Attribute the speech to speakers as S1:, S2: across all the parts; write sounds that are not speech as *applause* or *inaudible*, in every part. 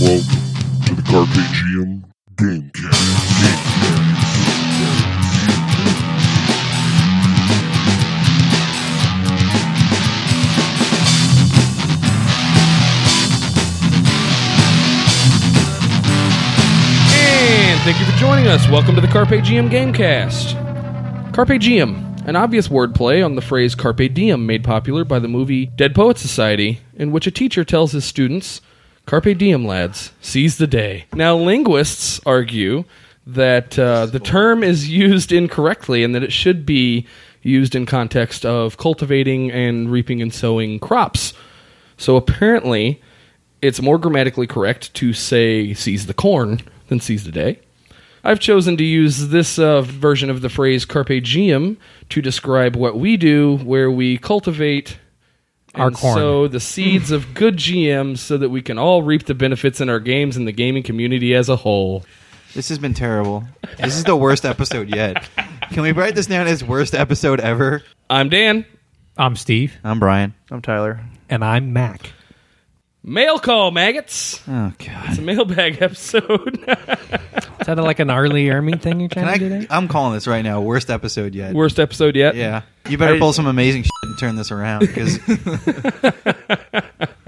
S1: Welcome to the Carpe Diem Gamecast.
S2: And thank you for joining us. Welcome to the Carpe Diem Gamecast. Carpe Diem, an obvious wordplay on the phrase carpe diem made popular by the movie Dead Poet Society, in which a teacher tells his students, Carpe diem, lads, seize the day. Now, linguists argue that uh, the term is used incorrectly and that it should be used in context of cultivating and reaping and sowing crops. So apparently, it's more grammatically correct to say seize the corn than seize the day. I've chosen to use this uh, version of the phrase carpe diem to describe what we do, where we cultivate
S3: Our
S2: and
S3: corn.
S2: sow the seeds of good GMs so that we can all reap the benefits in our games and the gaming community as a whole.
S4: This has been terrible. This is the worst episode yet. Can we write this down as worst episode ever?
S2: I'm Dan.
S3: I'm Steve,
S4: I'm Brian.
S5: I'm Tyler.
S3: and I'm Mac.
S2: Mail call, maggots.
S4: Oh god.
S2: It's a mailbag *laughs* episode.
S3: Sounded like an early Ermine thing you're
S4: Can
S3: trying to do
S4: I
S3: there?
S4: I'm calling this right now. Worst episode yet.
S2: Worst episode yet.
S4: yeah. You better pull some amazing shit and turn this around *laughs* because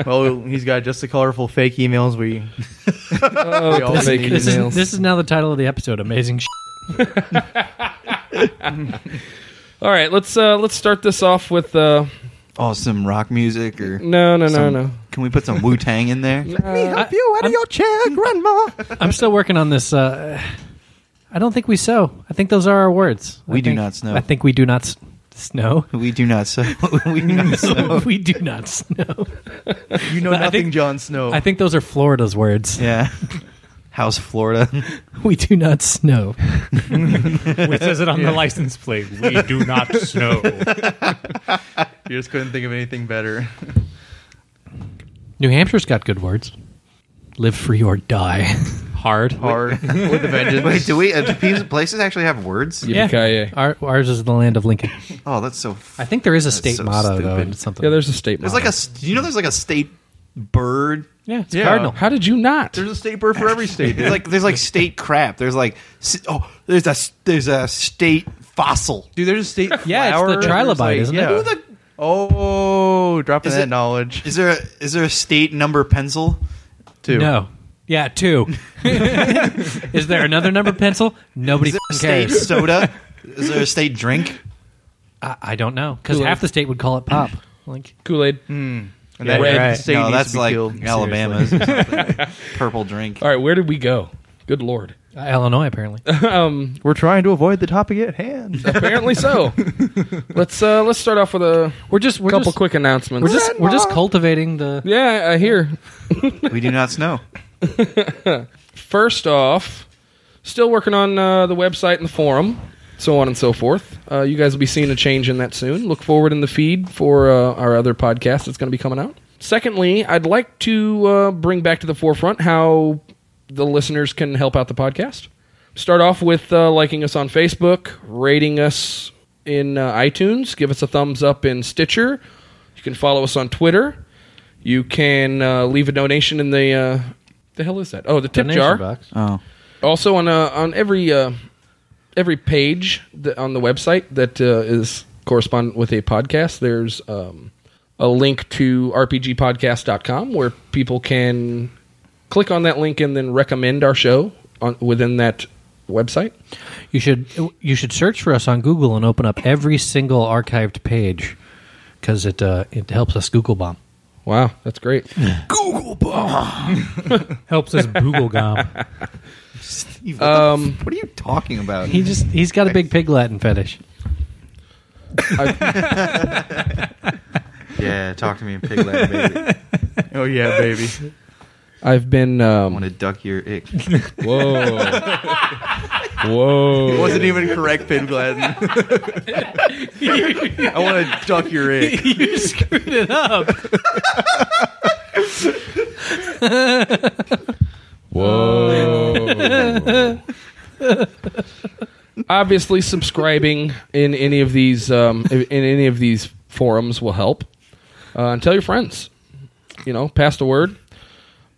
S5: Well, he's got just the colorful fake emails we.
S2: Oh,
S5: We all
S2: don't make
S5: need
S3: This
S2: emails.
S3: is, this is now the title of the episode, Amazing Shit.
S2: All right, let's uh, let's start this off with uh,
S4: oh some rock music or
S2: no, no, no,
S4: some-
S2: no.
S4: Can we put some Wu Tang in *laughs* there?
S3: help you out of your chair, Grandma. I'm still working on this. Uh, I don't think we sow. I think those are our words. I
S4: We do
S3: think-
S4: not snow.
S3: I think we do not s- *laughs* snow.
S4: We do not so *laughs* we do not *laughs* so.
S3: we do not snow.
S5: You know
S3: I
S5: nothing,
S3: think-
S5: Jon Snow.
S3: I think those are Florida's words. *laughs*
S4: Yeah. House Florida.
S3: We do not *laughs* snow.
S6: It says it on the license plate. We do not snow.
S5: you just couldn't think of anything better.
S3: New Hampshire's got good words. Live free or die. Hard.
S5: *laughs* Hard with a
S4: *laughs*
S5: vengeance.
S4: Wait, do we uh, do pe- places actually have words?
S2: Yippee-ki-yay.
S3: Our, ours is the land of Lincoln.
S4: Oh, that's so
S3: I think there is a state
S4: so
S3: motto though.
S4: stupid.
S3: and It's something.
S2: Yeah, there's a state.
S4: There's
S2: motto.
S4: like a st- you know there's like a state bird
S3: yeah, it's
S5: Yeah.
S3: cardinal.
S2: How did you not?
S5: There's a state bird for every state.
S4: There's
S5: dude.
S4: like there's like state crap. There's like s- oh there's a s- there's a state fossil.
S5: dude, there's a state.
S3: Yeah, it's the
S5: flower. There's,
S3: trilobite, isn't it?
S5: yeah.
S3: Who
S5: oh, dropping
S4: Is
S5: that
S4: it-
S5: knowledge
S4: Is there a, is there a state number pencil?
S5: too.
S3: No.
S4: *laughs*
S3: Yeah, two. is there another number pencil? Nobody
S4: Is there a state
S3: f***ing cares.
S4: soda? Is there a state drink?
S3: I, I don't know because
S2: Kool-Aid.
S3: half the state would call it
S4: *laughs*
S3: pop. Like
S2: Kool Aid.
S5: And that
S2: Yeah,
S5: red
S2: right.
S5: state
S4: no,
S5: needs
S4: that's
S5: to be
S4: like
S5: killed.
S4: Alabama's or something. purple drink.
S2: All right, where did we go? Good lord.
S3: uh, Illinois, apparently.
S2: um,
S5: We're trying to avoid the topic at hand.
S2: apparently
S3: *laughs*
S2: so. let's uh, let's start off with a
S3: We're just we're
S2: couple
S3: just,
S2: quick announcements.
S3: we're just we're just cultivating the.
S2: yeah, I hear.
S4: We do not snow.
S2: First off, still working on uh, the website and the forum, so on and so forth. Uh, you guys will be seeing a change in that soon. Look forward in the feed for uh, our other podcast that's going to be coming out. Secondly, I'd like to uh, bring back to the forefront how the listeners can help out the podcast. Start off with uh, liking us on Facebook, rating us in uh, iTunes, give us a thumbs up in Stitcher. You can follow us on Twitter. You can uh, leave a donation in the uh, the hell is that? Oh, the tip
S3: donation
S2: jar
S3: box.
S4: Oh,
S2: also on uh, on every uh, every page that, on the website that uh, is correspondent with a podcast there's um, a link to rpgpodcast.com where people can click on that link and then recommend our show on, within that website
S3: You should you should search for us on Google and open up every single archived page because it uh, it helps us Google bomb.
S2: wow that's great
S6: Helps us Google gum.
S4: Steve, what, the
S2: Um,
S4: f- what are you talking about?
S3: *laughs* He just he's got a big pig Latin fetish.
S4: yeah, talk to me in pig Latin, baby.
S5: *laughs* Oh yeah, baby.
S2: *laughs* i've been
S4: I want
S2: um,
S4: to duck your ick.
S2: whoa whoa
S5: It wasn't even correct, Pig Latin. I want to duck your egg.
S3: you screwed it up.
S2: obviously subscribing in any of these um, in any of these forums will help uh, and tell your friends you know pass the word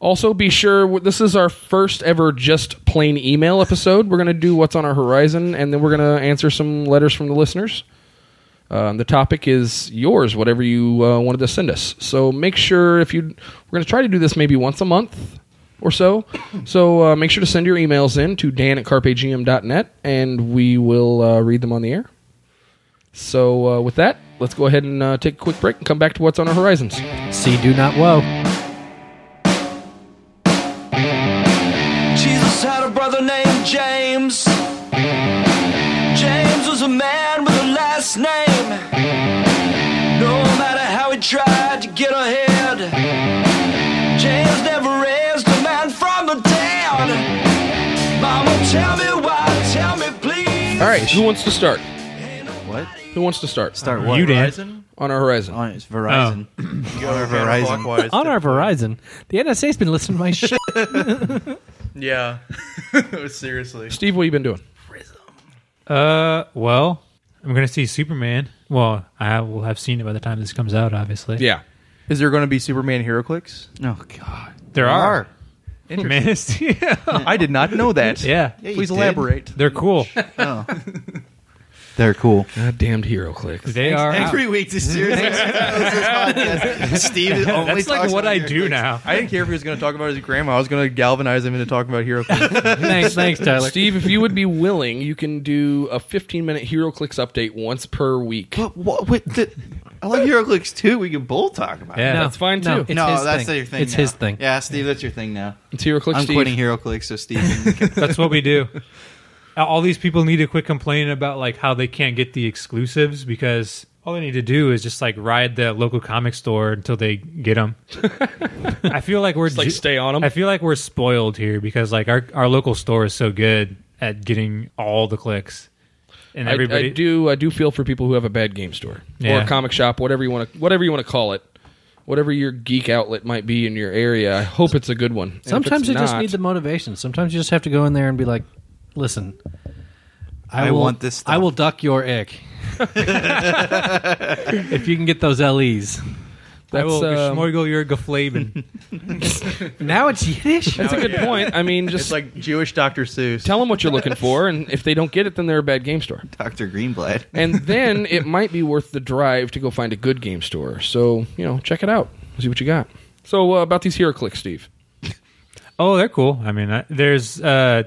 S2: Also, be sure this is our first ever just plain email episode. We're going to do what's on our horizon, and then we're going to answer some letters from the listeners. Um, the topic is yours, whatever you uh, wanted to send us. So make sure if you, we're going to try to do this maybe once a month or so. So uh, make sure to send your emails in to dan at carpegm.net, and we will uh, read them on the air. So uh, with that, let's go ahead and uh, take a quick break and come back to what's on our horizons.
S3: See, do not woe.
S7: Jesus had a brother named James. James was a man with a last name. No matter how he tried to get ahead, James never raised a man from the dead. Mama, tell me why, tell me please.
S2: All right, who wants to start?
S4: What?
S2: Who wants to start?
S4: Start what?
S6: you Dan.
S5: Verizon?
S2: on our horizon.
S4: On it's Verizon.
S5: Oh. Go
S4: Verizon.
S5: *laughs* counterclockwise.
S3: On our Verizon, the NSA's been listening to my *laughs* shit.
S5: Yeah. *laughs* Seriously.
S2: Steve, what you been doing?
S6: Uh, well, I'm gonna see Superman. Well, I will have seen it by the time this comes out. Obviously,
S2: Yeah,
S5: Is there going to be Superman Hero Clicks?
S4: Oh God.
S6: there are.
S5: Interesting.
S6: *laughs* Man of Steel.
S3: Oh,
S5: I did not know that.
S6: yeah,
S4: Yeah, you
S5: Please
S4: did.
S5: elaborate.
S6: they're
S3: *laughs*
S6: cool.
S4: Oh. They're cool.
S2: goddamned hero clicks.
S6: They are.
S4: Every week this series. Steve is only
S6: That's like
S4: talks
S6: what
S4: about
S6: I
S4: your
S6: do
S4: clicks. *laughs*
S6: now.
S5: I didn't care if he was going to talk about his grandma. I was going to galvanize him into talking about Hero Clicks.
S3: thanks, thanks, Tyler.
S2: Steve, if you would be willing, you can do a 15 minute hero clicks update once per week.
S4: But what? Wait, the, I like HeroClix too. We can both talk about.
S6: Yeah.
S3: No,
S2: that's fine,
S3: no,
S2: too.
S3: it's
S4: no,
S3: his
S4: that's
S3: thing.
S4: your thing.
S3: It's
S4: now.
S3: his thing.
S4: Yeah, Steve, that's your thing now.
S2: It's hero clicks.
S4: I'm
S2: Steve.
S4: quitting HeroClix, so Steve. can-
S6: That's what we
S3: *laughs*
S6: do. All these people need to quit complaining about like how they can't get the exclusives because all they need to do is just like ride the local comic store until they get them. *laughs* I feel like we're
S2: Just, like, stay on 'em.
S6: I feel like we're spoiled here because like our our local store is so good at getting all the clicks and
S2: I,
S6: everybody.
S2: I do. I do feel for people who have a bad game store or
S6: Yeah.
S2: a comic shop, whatever you want to, whatever you want to call it, whatever your geek outlet might be in your area. I hope it's a good one. And if
S3: Sometimes
S2: it's
S3: you just
S2: not-
S3: need the motivation. Sometimes you just have to go in there and be like, "Listen,
S4: I
S3: will-
S4: want this stuff."
S3: I will duck your ick if you can get those le's."
S6: I will
S2: um,
S6: schmoigel your geflaben.
S3: *laughs* Now it's Yiddish.
S2: That's
S6: *laughs*
S2: a good point. *laughs* I mean,
S5: It's
S2: just like
S5: like Jewish Dr. Seuss.
S2: tell them what you're looking for, and if they don't get it, then they're a bad game store.
S4: Doctor Greenblatt.
S6: *laughs*
S2: and then it might be worth the drive to go find a good game store. So you know, check it out, see what you got. So uh, about these hero clicks, Steve.
S6: oh, they're cool. I mean, I,
S2: *laughs*
S6: there's uh,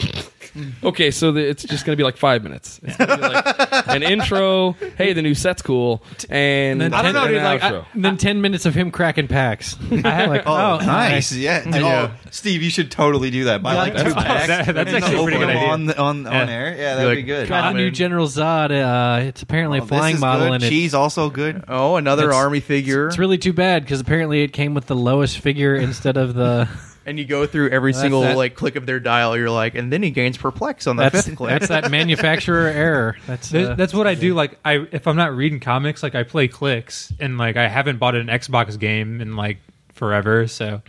S2: Okay, so the, it's just going to be like five minutes. It's gonna be like an intro. Hey, the new set's cool, and
S3: And then
S2: I
S3: ten-
S2: an
S3: I-
S2: outro.
S3: and then ten minutes of him cracking packs. I have like,
S4: Oh,
S3: oh,
S4: nice. Yeah. Oh, Steve, you should totally do that. Buy *laughs* like
S3: that's
S4: two
S3: fine.
S4: packs.
S6: That- that's
S4: and
S6: actually a pretty
S4: open
S6: good
S4: them
S6: idea.
S4: On, the- on, on
S6: Yeah.
S4: air? Yeah, that'd
S5: like,
S4: be good.
S3: Got a new
S5: Common.
S3: General Zod. Uh, it's apparently a
S4: Oh, this
S3: flying
S4: is
S3: model,
S4: good.
S3: and it,
S4: Cheese also good.
S5: Oh, another
S3: It's-
S5: army figure.
S3: it's really too bad because apparently it came with the lowest figure instead of the.
S5: and you go through every
S3: That's
S5: single
S3: that-
S5: like click of their dial. You're like, and then he gains perplex on the
S3: That's *laughs*
S5: fifth click.
S3: that's that manufacturer error. That's
S6: Th
S3: uh,
S6: that's what I do. Like I, if I'm not reading comics, like I play clicks, and like I haven't bought an Xbox game in like forever. So,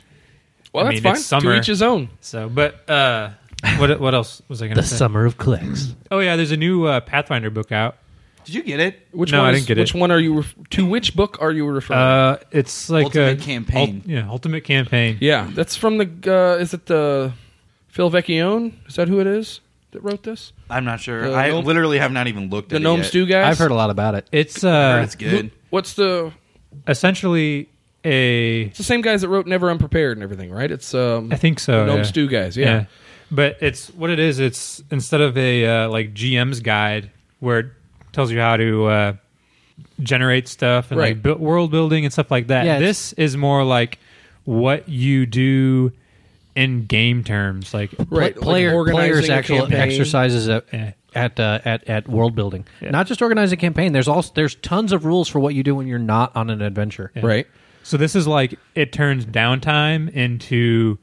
S2: Well,
S6: I
S2: that's
S6: mean,
S2: fine.
S6: it's summer.
S2: To each his own.
S6: so, but uh, what what else was I gonna
S3: the
S6: say?
S3: summer of clicks.
S6: Oh yeah, there's a new uh, Pathfinder book out.
S4: Did you get it?
S2: Which
S6: No,
S2: one
S6: I
S2: is-
S6: didn't get
S2: Which
S6: it.
S2: one are you? Ref- to which book are you referring?
S6: Uh, it's like
S4: Ultimate
S6: a,
S4: Campaign.
S6: ult- yeah, Ultimate Campaign.
S2: yeah, that's from the. Uh, is it the Phil Vecchione? Is that who it is that wrote this?
S4: I'm not sure.
S2: The
S4: I
S2: gnome-
S4: literally have not even looked
S2: The
S4: at
S2: Gnome
S4: it.
S2: Stew guys.
S3: I've heard a lot about it.
S6: It's
S4: Heard
S6: uh,
S4: it's good.
S2: What's the?
S6: essentially a.
S2: It's the same guys that wrote Never Unprepared and everything, right? It's um.
S6: I think so.
S2: the Gnome
S6: yeah.
S2: Stew guys. Yeah.
S6: But it's what it is. It's instead of a uh, like GM's guide where it tells you how to uh, generate stuff and
S2: Right.
S6: like bu- world building and stuff like that.
S3: Yeah, it's-
S6: this is more like what you do in game terms. Like
S2: Right. like
S3: Player
S2: organizing
S3: players
S2: a
S3: actual
S2: campaign.
S3: exercises at
S6: Yeah.
S3: at, uh, at at world building. Not just organizing a campaign. There's also there's tons of rules for what you do when you're not on an adventure.
S2: Right.
S6: so, this is like it turns downtime into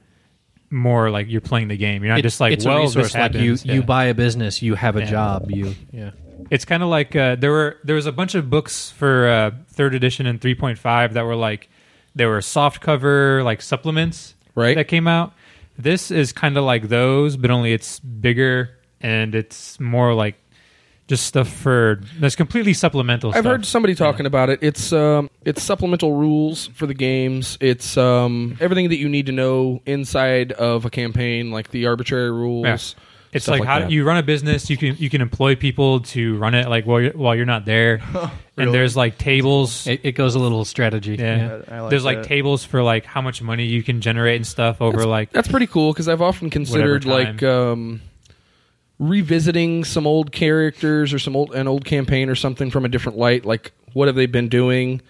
S6: more like you're playing the game. You're not
S3: It-
S6: just like
S3: it's
S6: well,
S3: a resource
S6: this
S3: like you
S6: happens.
S3: you
S6: Yeah.
S3: buy a business, you have a
S6: Yeah.
S3: job, you yeah.
S6: It's kind of like uh, there were there was a bunch of books for uh, third edition and three point five that were like they were soft cover like supplements
S2: Right.
S6: that came out. This is kind of like those, but only it's bigger and it's more like just stuff for that's completely supplemental.
S2: I've
S6: stuff.
S2: heard somebody talking about it. It's um, it's supplemental rules for the games. It's um, everything that you need to know inside of a campaign, like the arbitrary rules.
S6: Yeah. It's
S2: stuff
S6: like, how
S2: that.
S6: you run a business. You can you can employ people to run it like while you're, while you're not there,
S2: *laughs*
S6: and there's like tables.
S3: It, it goes a little strategy.
S6: yeah.
S5: I- I like
S6: there's like
S5: that.
S6: tables for like how much money you can generate and stuff over like
S2: That's pretty cool because I've often considered
S6: Whatever
S2: like um, revisiting some old characters or some old an old campaign or something from a different light. Like, what have they been doing?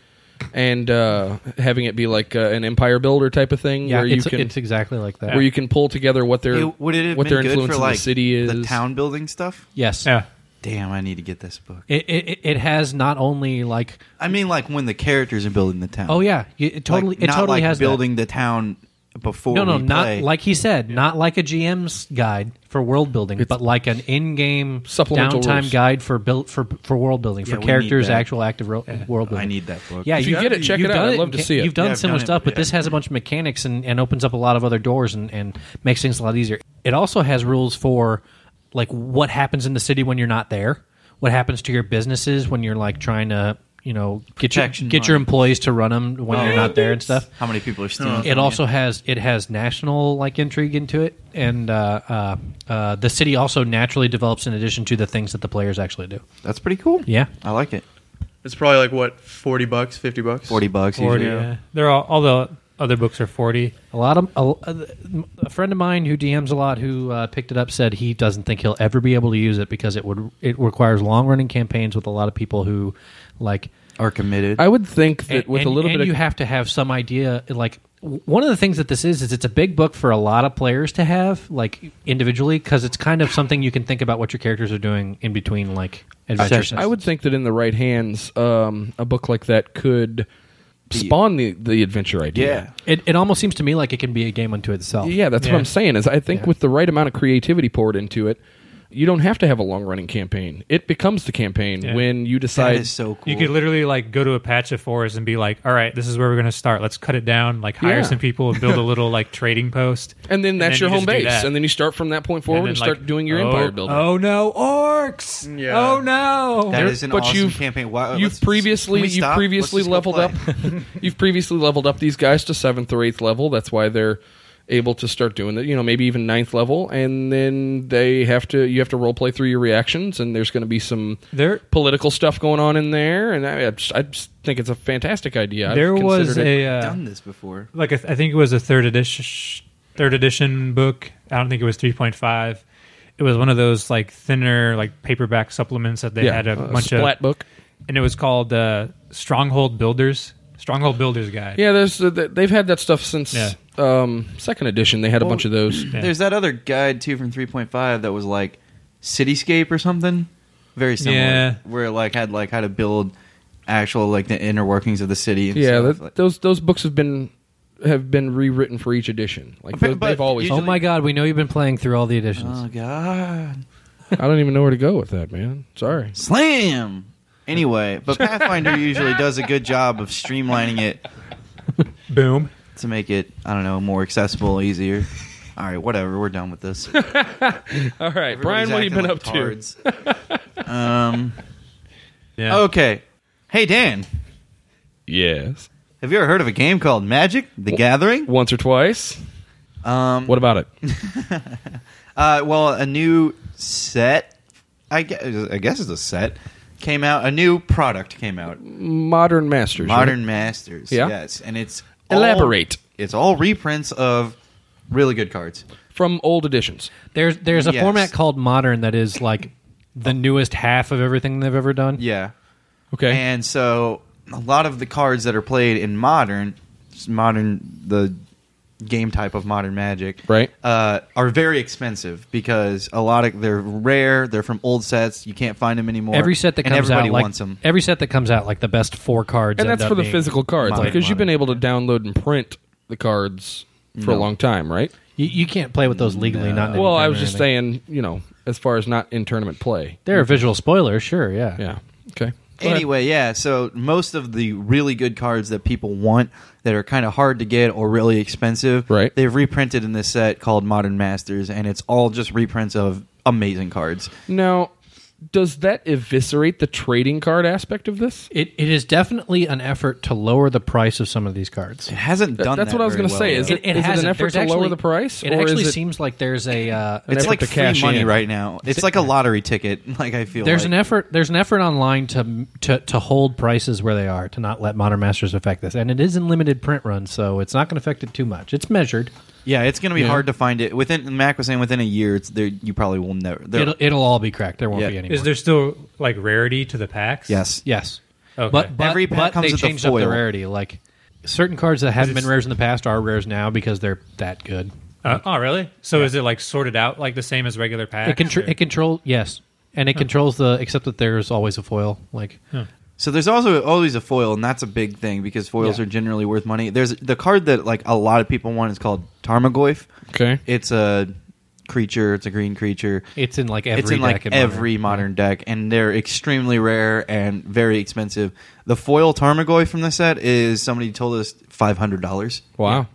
S2: And uh, having it be like uh, an empire builder type of thing,
S3: Yeah,
S2: where you
S3: it's,
S2: can
S3: it's exactly like that.
S2: where you can pull together what their
S4: It- would it have
S2: what their
S4: been good
S2: influence
S4: for
S2: in
S4: like
S2: the city is.
S4: the town building stuff?
S3: yes.
S6: yeah.
S4: Damn, I need to get this book.
S3: It, it it has not only like
S4: I mean, like when the characters are building the town.
S3: oh yeah you- it
S4: Like,
S3: totally it
S4: not
S3: totally
S4: like
S3: has that.
S4: building the town before.
S3: no no
S4: we
S3: not
S4: play.
S3: like he said not like a GM's guide for world building but like an in-game
S2: Supplemental
S3: downtime
S2: rules.
S3: guide for built for for world building
S4: Yeah,
S3: for
S4: we need
S3: characters
S4: that.
S3: actual active ro- world building.
S4: I need that book.
S3: Yeah,
S2: If you get it, check it
S3: you've
S2: out.
S3: done
S2: I'd love to see it.
S3: You've done
S4: Yeah, I've
S3: similar
S4: done it,
S3: stuff, but
S4: yeah.
S3: this has a bunch of mechanics and, and opens up a lot of other doors and, and makes things a lot easier. It also has rules for like what happens in the city when you're not there, what happens to your businesses when you're like trying to you know get your,
S4: Protection
S3: get your
S4: money.
S3: employees to run them when you're not there and stuff.
S4: How many people are stealing?
S5: Mm-hmm.
S4: from
S3: It
S4: you?
S3: also has it has national like intrigue into it, and uh, uh, uh, the city also naturally develops in addition to the things that the players actually do.
S4: That's pretty cool.
S3: Yeah.
S4: I like it.
S5: It's probably like what forty bucks, fifty bucks,
S4: Forty bucks.
S6: forty.
S4: usually.
S6: yeah. They're all all the other books are forty.
S3: A lot of a, a friend of mine who DMs a lot who uh, picked it up said he doesn't think he'll ever be able to use it because it would it requires long running campaigns with a lot of people who like
S4: Are committed.
S2: I would think that
S3: and-
S2: with a
S3: and-
S2: little
S3: and
S2: bit
S3: you
S2: of
S3: have to have some idea like w- one of the things that this is is it's a big book for a lot of players to have like individually because it's kind of something you can think about what your characters are doing in between like adventures.
S2: I would think that in the right hands, um, a book like that could spawn the, the adventure
S4: yeah.
S2: idea.
S3: It, it almost seems to me like it can be a game unto itself.
S2: Yeah, that's
S6: Yeah.
S2: what I'm saying. Is I think
S3: Yeah.
S2: with the right amount of creativity poured into it, you don't have to have a long running campaign. It becomes the campaign
S6: Yeah.
S2: when you
S4: That
S2: decide.
S4: is so cool.
S6: You could literally like go to a patch of forest and be like, all right, this is where we're going to start. Let's cut it down, like hire
S2: Yeah.
S6: some people and build
S2: *laughs*
S6: a little like trading post.
S2: and then that's
S6: then
S2: your
S6: you
S2: home
S6: just do
S2: base,
S6: that.
S2: and then you start from that point forward and,
S6: then, like,
S2: start doing your
S6: oh,
S2: empire building.
S6: Oh no, orcs!
S5: Yeah.
S6: Oh no!
S4: That is an
S2: but
S4: awesome
S2: you've-
S4: campaign. Why,
S2: you've
S4: Uh, let's-
S2: previously
S4: can we
S2: you've
S4: stop?
S2: previously
S4: Let's just go
S2: leveled up.
S4: play.
S2: *laughs*
S4: *laughs*
S2: you've previously leveled up these guys to seventh or eighth level. That's why they're able to start doing that. You know, maybe even ninth level, and then they have to you have to role play through your reactions, and there's going to be some
S6: There-
S2: political stuff going on in there. And I, I, just, I just think it's a fantastic idea. I've
S6: there was
S2: considered it.
S6: a uh,
S4: Done this before.
S6: like a th- I think it was a third edition third edition book. I don't think it was three point five. It was one of those like thinner like paperback supplements that they had a bunch
S2: Uh, splat
S6: of,
S2: book.
S6: and it was called uh, Stronghold Builders. Stronghold Builders Guide.
S2: Yeah, there's uh, th- they've had that stuff since
S6: Yeah.
S2: um, second edition. They had a bunch of those.
S4: There's that other guide too from 3.5 that was like Cityscape or something, very similar.
S6: Yeah.
S4: Where it like had like how to build actual like the inner workings of the city. And
S2: Yeah,
S4: stuff.
S2: that,
S4: Like-
S2: those those books have been have been rewritten for each edition. Like
S4: But-
S2: those,
S4: but
S2: they've always.
S4: usually-
S3: Oh my god, we know you've been playing through all the editions.
S2: Uh,
S4: oh god,
S2: I don't even know where to go with that, man. Sorry.
S4: slam. Anyway, *laughs* but Pathfinder usually does a good job of streamlining it
S6: Boom.
S4: to make it I don't know more accessible, easier. All right, whatever. We're done with this.
S2: All right, Brian, what have you been up to? *laughs*
S4: to? Um.
S6: Yeah.
S4: Okay. Hey Dan,
S2: Yes,
S4: have you ever heard of a game called Magic: The Gathering?
S2: once or twice.
S4: Um,
S2: What about it?
S4: Uh, well, a new set. I guess, I guess it's a set. Came out. A new product came out.
S2: Modern Masters. right?
S4: Modern Masters.
S2: Yeah.
S4: Yes, and it's
S2: Elaborate.
S4: all- it's all reprints of really good cards.
S2: from old editions.
S3: There's there's a
S4: Yes.
S3: format called modern that is like the newest half of everything they've ever done.
S4: Yeah.
S2: Okay.
S4: And so a lot of the cards that are played in modern, modern the game type of modern Magic,
S2: Right.
S4: uh, are very expensive because a lot of they're rare. They're from old sets. You can't find them anymore.
S3: Every set that
S4: and
S3: comes
S4: everybody
S3: out, like
S4: wants them.
S3: every set that comes out, like the best four cards,
S2: and
S3: end
S2: that's
S3: up
S2: for the
S3: being-
S2: physical cards
S4: modern,
S2: because you've been
S4: modern.
S2: able to download and print the cards for a long time, right?
S3: You, you can't play with those legally. Not in any
S2: Well, I
S3: tournament
S2: was
S3: or
S2: just
S3: anything.
S2: saying, you know, as far as not in tournament play.
S3: they're a visual spoiler. Sure, yeah,
S2: Yeah. Okay. Go ahead.
S4: Anyway, yeah, so most of the really good cards that people want that are kind of hard to get or really expensive,
S2: Right.
S4: they've reprinted in this set called Modern Masters, and it's all just reprints of amazing cards.
S2: Now, does that eviscerate the trading card aspect of this?
S3: It, it is definitely an effort to lower the price of some of these cards.
S4: It hasn't
S2: That-
S4: done.
S2: that's
S4: that
S2: what I was
S4: very
S2: gonna say,
S4: well,
S2: is
S4: though.
S2: it- an
S3: hasn't.
S2: effort
S3: There's
S2: to lower
S3: actually-
S2: the price,
S3: It
S2: or is
S3: actually
S2: it-
S3: seems like there's a uh, an
S4: it's
S3: effort
S4: like
S3: to
S4: free
S3: cash
S4: money
S3: in.
S4: right now. It's like a lottery ticket. *laughs* Like I feel
S3: There's
S4: like.
S3: an effort. There's an effort online to, to to hold prices where they are to not let Modern Masters affect this, and it is in limited print run, so it's not going to affect it too much. It's measured.
S2: e-
S4: Yeah, it's going to be hard to find it within. Mac was saying within a year, it's there. You probably will never. there-
S3: It'll it'll all be cracked. There won't
S4: Yeah.
S3: be any.
S6: Is
S3: more.
S6: there still like rarity to the packs?
S4: yes,
S3: Yes.
S6: Okay.
S3: But, but
S4: Every pack
S3: but
S4: comes
S3: they
S4: with a
S3: changed up the
S4: foil.
S3: rarity. Like certain cards that haven't been rares in the past are rares now because they're that good.
S6: Uh, oh, really? So is it like sorted out like the same as regular packs?
S3: It contr-
S6: or-
S3: it control yes, and it controls the except that there's always a foil. Like
S4: So there's also always a foil, and that's a big thing because foils
S3: Yeah.
S4: are generally worth money. There's the card that like a lot of people want is called Tarmogoyf.
S2: Okay.
S4: It's a creature. It's a green creature.
S3: it's in like every
S4: it's in
S3: deck
S4: like
S3: in Modern.
S4: every modern deck, and they're extremely rare and very expensive. The foil Tarmogoyf from the set is somebody told us five hundred dollars.
S2: Wow.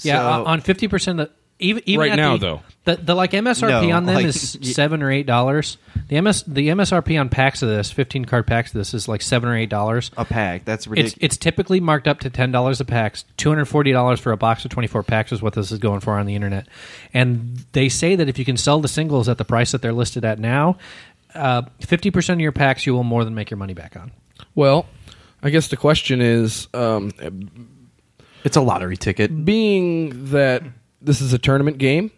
S3: Yeah,
S4: So-
S3: on- on fifty percent of the, even even
S2: Right
S3: at
S2: now,
S3: the-
S2: though.
S3: the, the like MSRP
S4: No,
S3: on them
S4: like,
S3: is
S4: y-
S3: seven or eight dollars. The ms the MSRP on packs of this fifteen card packs of this is like seven or eight dollars.
S4: A pack. That's
S3: It's
S4: ridiculous.
S3: it's typically marked up to ten dollars a pack. Two hundred forty dollars for a box of twenty four packs is what this is going for on the internet, and they say that if you can sell the singles at the price that they're listed at now, uh, fifty percent of your packs you will more than make your money back on.
S2: Well, I guess the question is, um,
S4: it's a lottery ticket.
S2: being that this is a tournament game,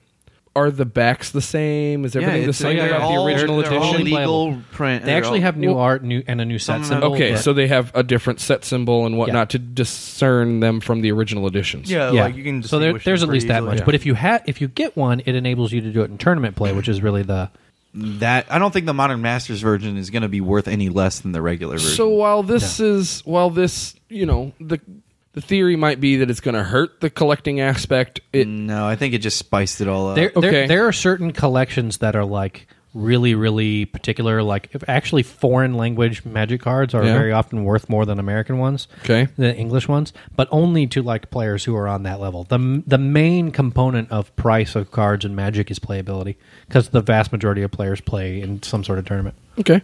S2: are the backs the same? Is everything the
S4: it's-
S2: same
S4: they're
S2: about
S4: all-
S2: the original
S4: they're- they're all
S2: edition?
S3: legal.
S4: legal print.
S3: They
S4: They're
S3: actually
S4: all-
S3: have new
S2: Well-
S3: art new, and a new set
S4: Some of them-
S3: symbol.
S2: Okay,
S3: but-
S2: so they have a different set symbol and whatnot to
S3: Yeah.
S2: discern them from the original editions.
S5: Yeah,
S3: yeah.
S5: like you can.
S3: so there,
S5: distinguish
S3: there's
S5: them
S3: at least
S5: pretty
S3: that
S5: easily.
S3: much. But if you ha- if you get one, it enables you to do it in tournament play, which is really the
S4: that I don't think the modern masters version is going to be worth any less than the regular version.
S2: So while this is while this, you know, the the theory might be that it's going to hurt the collecting aspect. It
S3: Mm.
S4: no, I think it just spiced it all up.
S3: there,
S2: okay.
S3: there there are certain collections that are like really really particular like if actually foreign language magic cards are
S2: Yeah.
S3: very often worth more than american ones
S2: Okay.
S3: the english ones but only to like players who are on that level the the main component of price of cards in magic is playability because the vast majority of players play in some sort of tournament
S2: okay.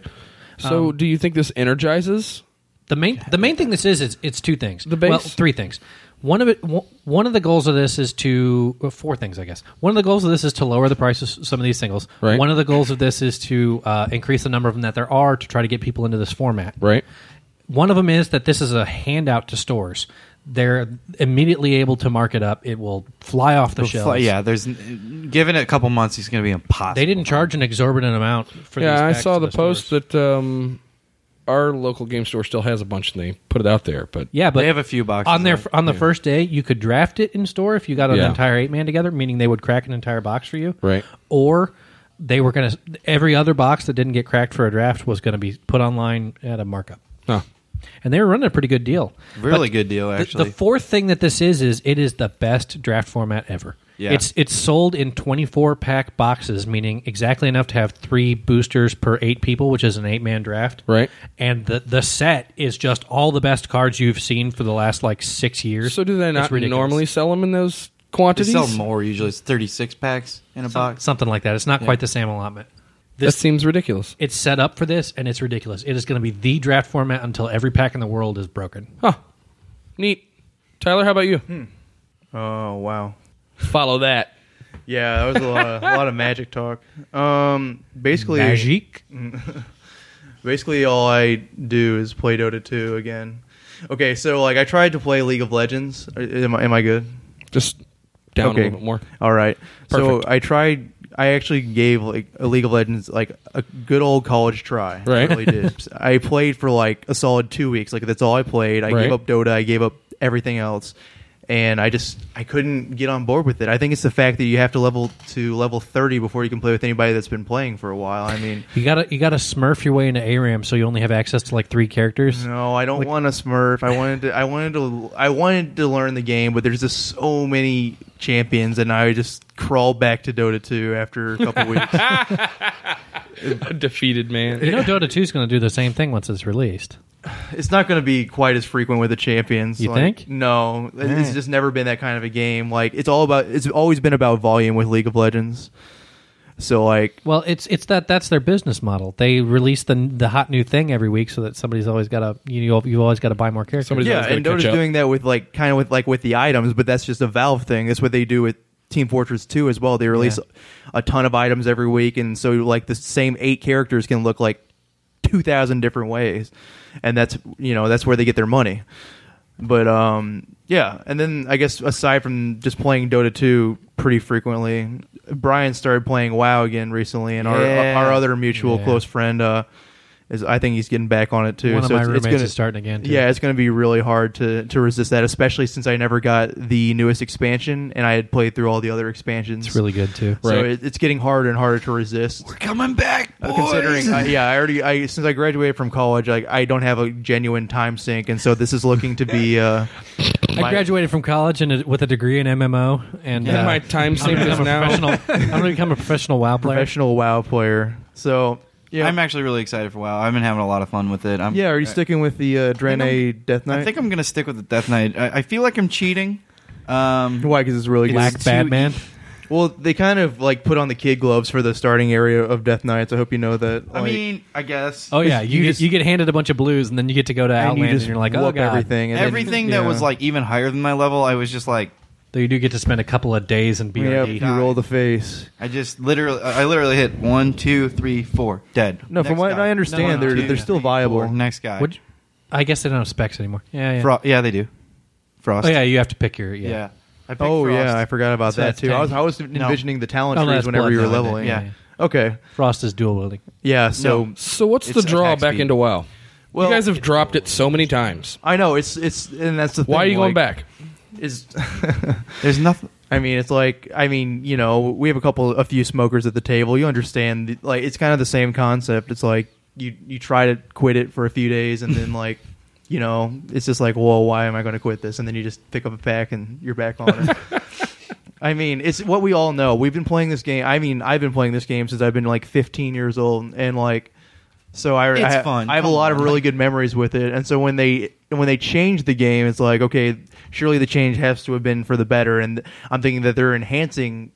S2: So
S3: Um,
S2: do you think this energizes?
S3: The main the main thing this is is it's two things.
S2: The base?
S3: well, three things. One of it one- one of the goals of this is to well, four things I guess. One of the goals of this is to lower the price of s- some of these singles.
S2: Right.
S3: One of the goals of this is to uh, increase the number of them that there are to try to get people into this format.
S2: Right.
S3: One of them is that this is a handout to stores. They're immediately able to mark it up. It will fly off the
S4: Fly-
S3: shelves.
S4: yeah, there's given it a couple months, it's going to be impossible.
S3: They didn't charge an exorbitant amount for these
S2: Yeah, I
S3: packs
S2: saw
S3: to
S2: the
S3: stores.
S2: post that um, our local game store still has a bunch, and they put it out there. But
S3: Yeah, but
S4: They have a few boxes
S3: on their
S4: left.
S3: on the first day. You could draft it in store if you got an
S2: Yeah.
S3: entire eight man together, meaning they would crack an entire box for you,
S2: Right.
S3: Or they were going to every other box that didn't get cracked for a draft was going to be put online at a markup,
S2: Huh.
S3: and they were running a pretty good deal.
S4: Really good deal,
S3: the-
S4: actually.
S3: the fourth thing that this is is it is the best draft format ever.
S4: Yeah.
S3: It's it's sold in 24 pack boxes, meaning exactly enough to have three boosters per eight people, which is an eight man draft.
S2: Right.
S3: And the the set is just all the best cards you've seen for the last like six years.
S2: So do they
S3: It's
S2: not
S3: ridiculous.
S2: normally sell them in those
S4: they
S2: quantities?
S4: sell more usually. It's 36 packs in a box.
S3: something like that? It's not quite the same allotment.
S2: that seems ridiculous.
S3: It's set up for this, and it's ridiculous. It is going to be the draft format until every pack in the world is broken.
S2: Huh. Neat. Tyler, how about you?
S5: Oh wow.
S2: Follow that.
S5: Yeah, that was a lot, of, a lot of magic talk. Um, basically,
S3: Magic.
S5: *laughs* basically all I do is play Dota 2 again. Okay, so like I tried to play League of Legends. Are- Am I, am I good?
S2: Just down
S5: okay.
S2: a little bit
S5: *laughs*
S2: more.
S5: All right.
S2: Perfect.
S5: So I tried. I actually gave like a League of Legends like a good old college try.
S2: Right.
S5: I
S2: *laughs*
S5: really did. I played for like a solid two weeks. Like that's all I played. I
S2: Right.
S5: gave up Dota. I gave up everything else, and I just I couldn't get on board with it. I think it's the fact that you have to level to level thirty before you can play with anybody that's been playing for a while. I mean.
S3: You gotta you gotta smurf your way into ARAM, so you only have access to like three characters.
S5: No, I don't want a Smurf. I wanted to. I wanted to. I wanted to learn the game, but there's just so many champions, and I just crawl back to Dota 2 after a couple weeks.
S2: A defeated man.
S3: You know, Dota 2 is going to do the same thing once it's released.
S5: It's not going to be quite as frequent with the champions.
S3: You
S5: Like,
S3: think?
S5: No, It- it's just never been that kind of a game. Like it's all about. It's always been about volume with League of Legends. So like
S3: Well, it's it's that that's their business model. They release the the hot new thing every week, so that somebody's always got to you you've always got to buy more characters.
S2: Somebody's
S5: yeah,
S2: always gotta
S5: and Dota's
S2: catch up.
S5: doing that with like kind of with like with the items, but that's just a Valve thing. That's what they do with Team Fortress 2 as well. They release a ton of items every week, and so like the same eight characters can look like two thousand different ways, and that's you know that's where they get their money. But um, yeah, and then I guess aside from just playing Dota 2 pretty frequently, Brian started playing WoW again recently, and
S4: Yeah.
S5: our our other mutual
S3: Yeah.
S5: close friend. Uh, is, I think he's getting back on it too.
S3: One of
S5: so
S3: my
S5: it's, it's
S3: roommates
S5: gonna,
S3: is starting again, too.
S5: Yeah, it's going to be really hard to to resist that, especially since I never got the newest expansion and I had played through all the other expansions.
S3: It's really good too.
S5: so
S2: Right.
S5: it, it's getting harder and harder to resist.
S4: We're coming back,
S5: Uh, considering,
S4: *laughs*
S5: I, yeah, I already I, since I graduated from college, like I don't have a genuine time sink, and so this is looking to be.
S4: *laughs*
S5: Uh,
S3: I graduated from college and a, with a degree in MMO, and, uh,
S2: And my time sink
S3: I'm
S2: is
S3: a
S2: now.
S3: professional. I'm going to become a professional WoW player.
S5: professional WoW player. So yeah,
S4: I'm actually really excited for WoW. I've been having a lot of fun with it. I'm,
S5: yeah. Are you sticking with the uh,
S4: I
S5: Draenei Death Knight?
S4: I think I'm gonna stick with the Death Knight. I, I feel like I'm cheating. Um,
S5: why? Because it's really good.
S3: Black
S4: too e-
S3: Batman.
S5: Well, they kind of like put on the kid gloves for the starting area of Death Knights. I hope you know that.
S4: I
S5: like-
S4: mean, I guess
S3: Oh yeah, you
S5: You
S3: get,
S5: just-
S3: you get handed a bunch of blues, and then you get to go to
S5: and
S3: Outland,
S5: you
S3: and,
S5: just
S3: you're like, oh
S5: whoop
S3: god.
S5: everything. And then-
S4: everything that
S5: yeah.
S4: was like even higher than my level, I was just like,
S3: Though you do get to spend a couple of days in
S5: yeah,
S3: BRD.
S5: you roll the face.
S4: I just literally, I literally hit one, two, three, four, dead.
S5: No, from
S4: Next
S5: what
S4: guy.
S5: I understand,
S4: One,
S5: they're
S4: two,
S5: they're still
S4: three,
S5: viable.
S4: four, Next guy,
S3: Would- I guess they don't have specs anymore. Yeah, yeah.
S4: Fro- yeah, they do. Frost,
S3: Oh yeah, you have to pick your yeah.
S4: yeah. I picked
S5: Oh yeah, I
S4: Frost.
S5: forgot about
S3: So
S5: that
S3: that's
S5: too. I was
S3: tanky.
S5: I was envisioning the talent
S3: Oh, no,
S5: trees
S3: that's
S5: whenever
S3: blood,
S5: you were
S3: though, isn't it?
S5: leveling.
S3: Yeah,
S5: Okay.
S3: Frost is dual wielding.
S5: Yeah. So
S4: No.
S2: So what's the
S4: It's
S2: draw
S4: attack
S2: back
S4: speed.
S2: into WoW?
S5: Well,
S2: you guys have dropped it so many times.
S5: I know it's it's and that's the thing.
S2: Why are you going
S5: like,
S2: back?
S5: Is *laughs*
S4: There's nothing.
S5: I mean, it's like I mean, you know, we have a couple, a few smokers at the table. You understand? the- Like, it's kind of the same concept. It's like you you try to quit it for a few days, and then like, *laughs* you know, it's just like, well, why am I going to quit this? And then you just pick up a pack and you're back on it. I mean, it's what we all know. We've been playing this game. I mean, I've been playing this game since I've been like 15 years old, and like, so I
S4: It's
S5: I,
S4: fun.
S5: I have a
S4: Come
S5: lot of
S4: on.
S5: really good memories with it, and so when they when they changed the game, it's like okay, surely the change has to have been for the better, and I'm thinking that they're enhancing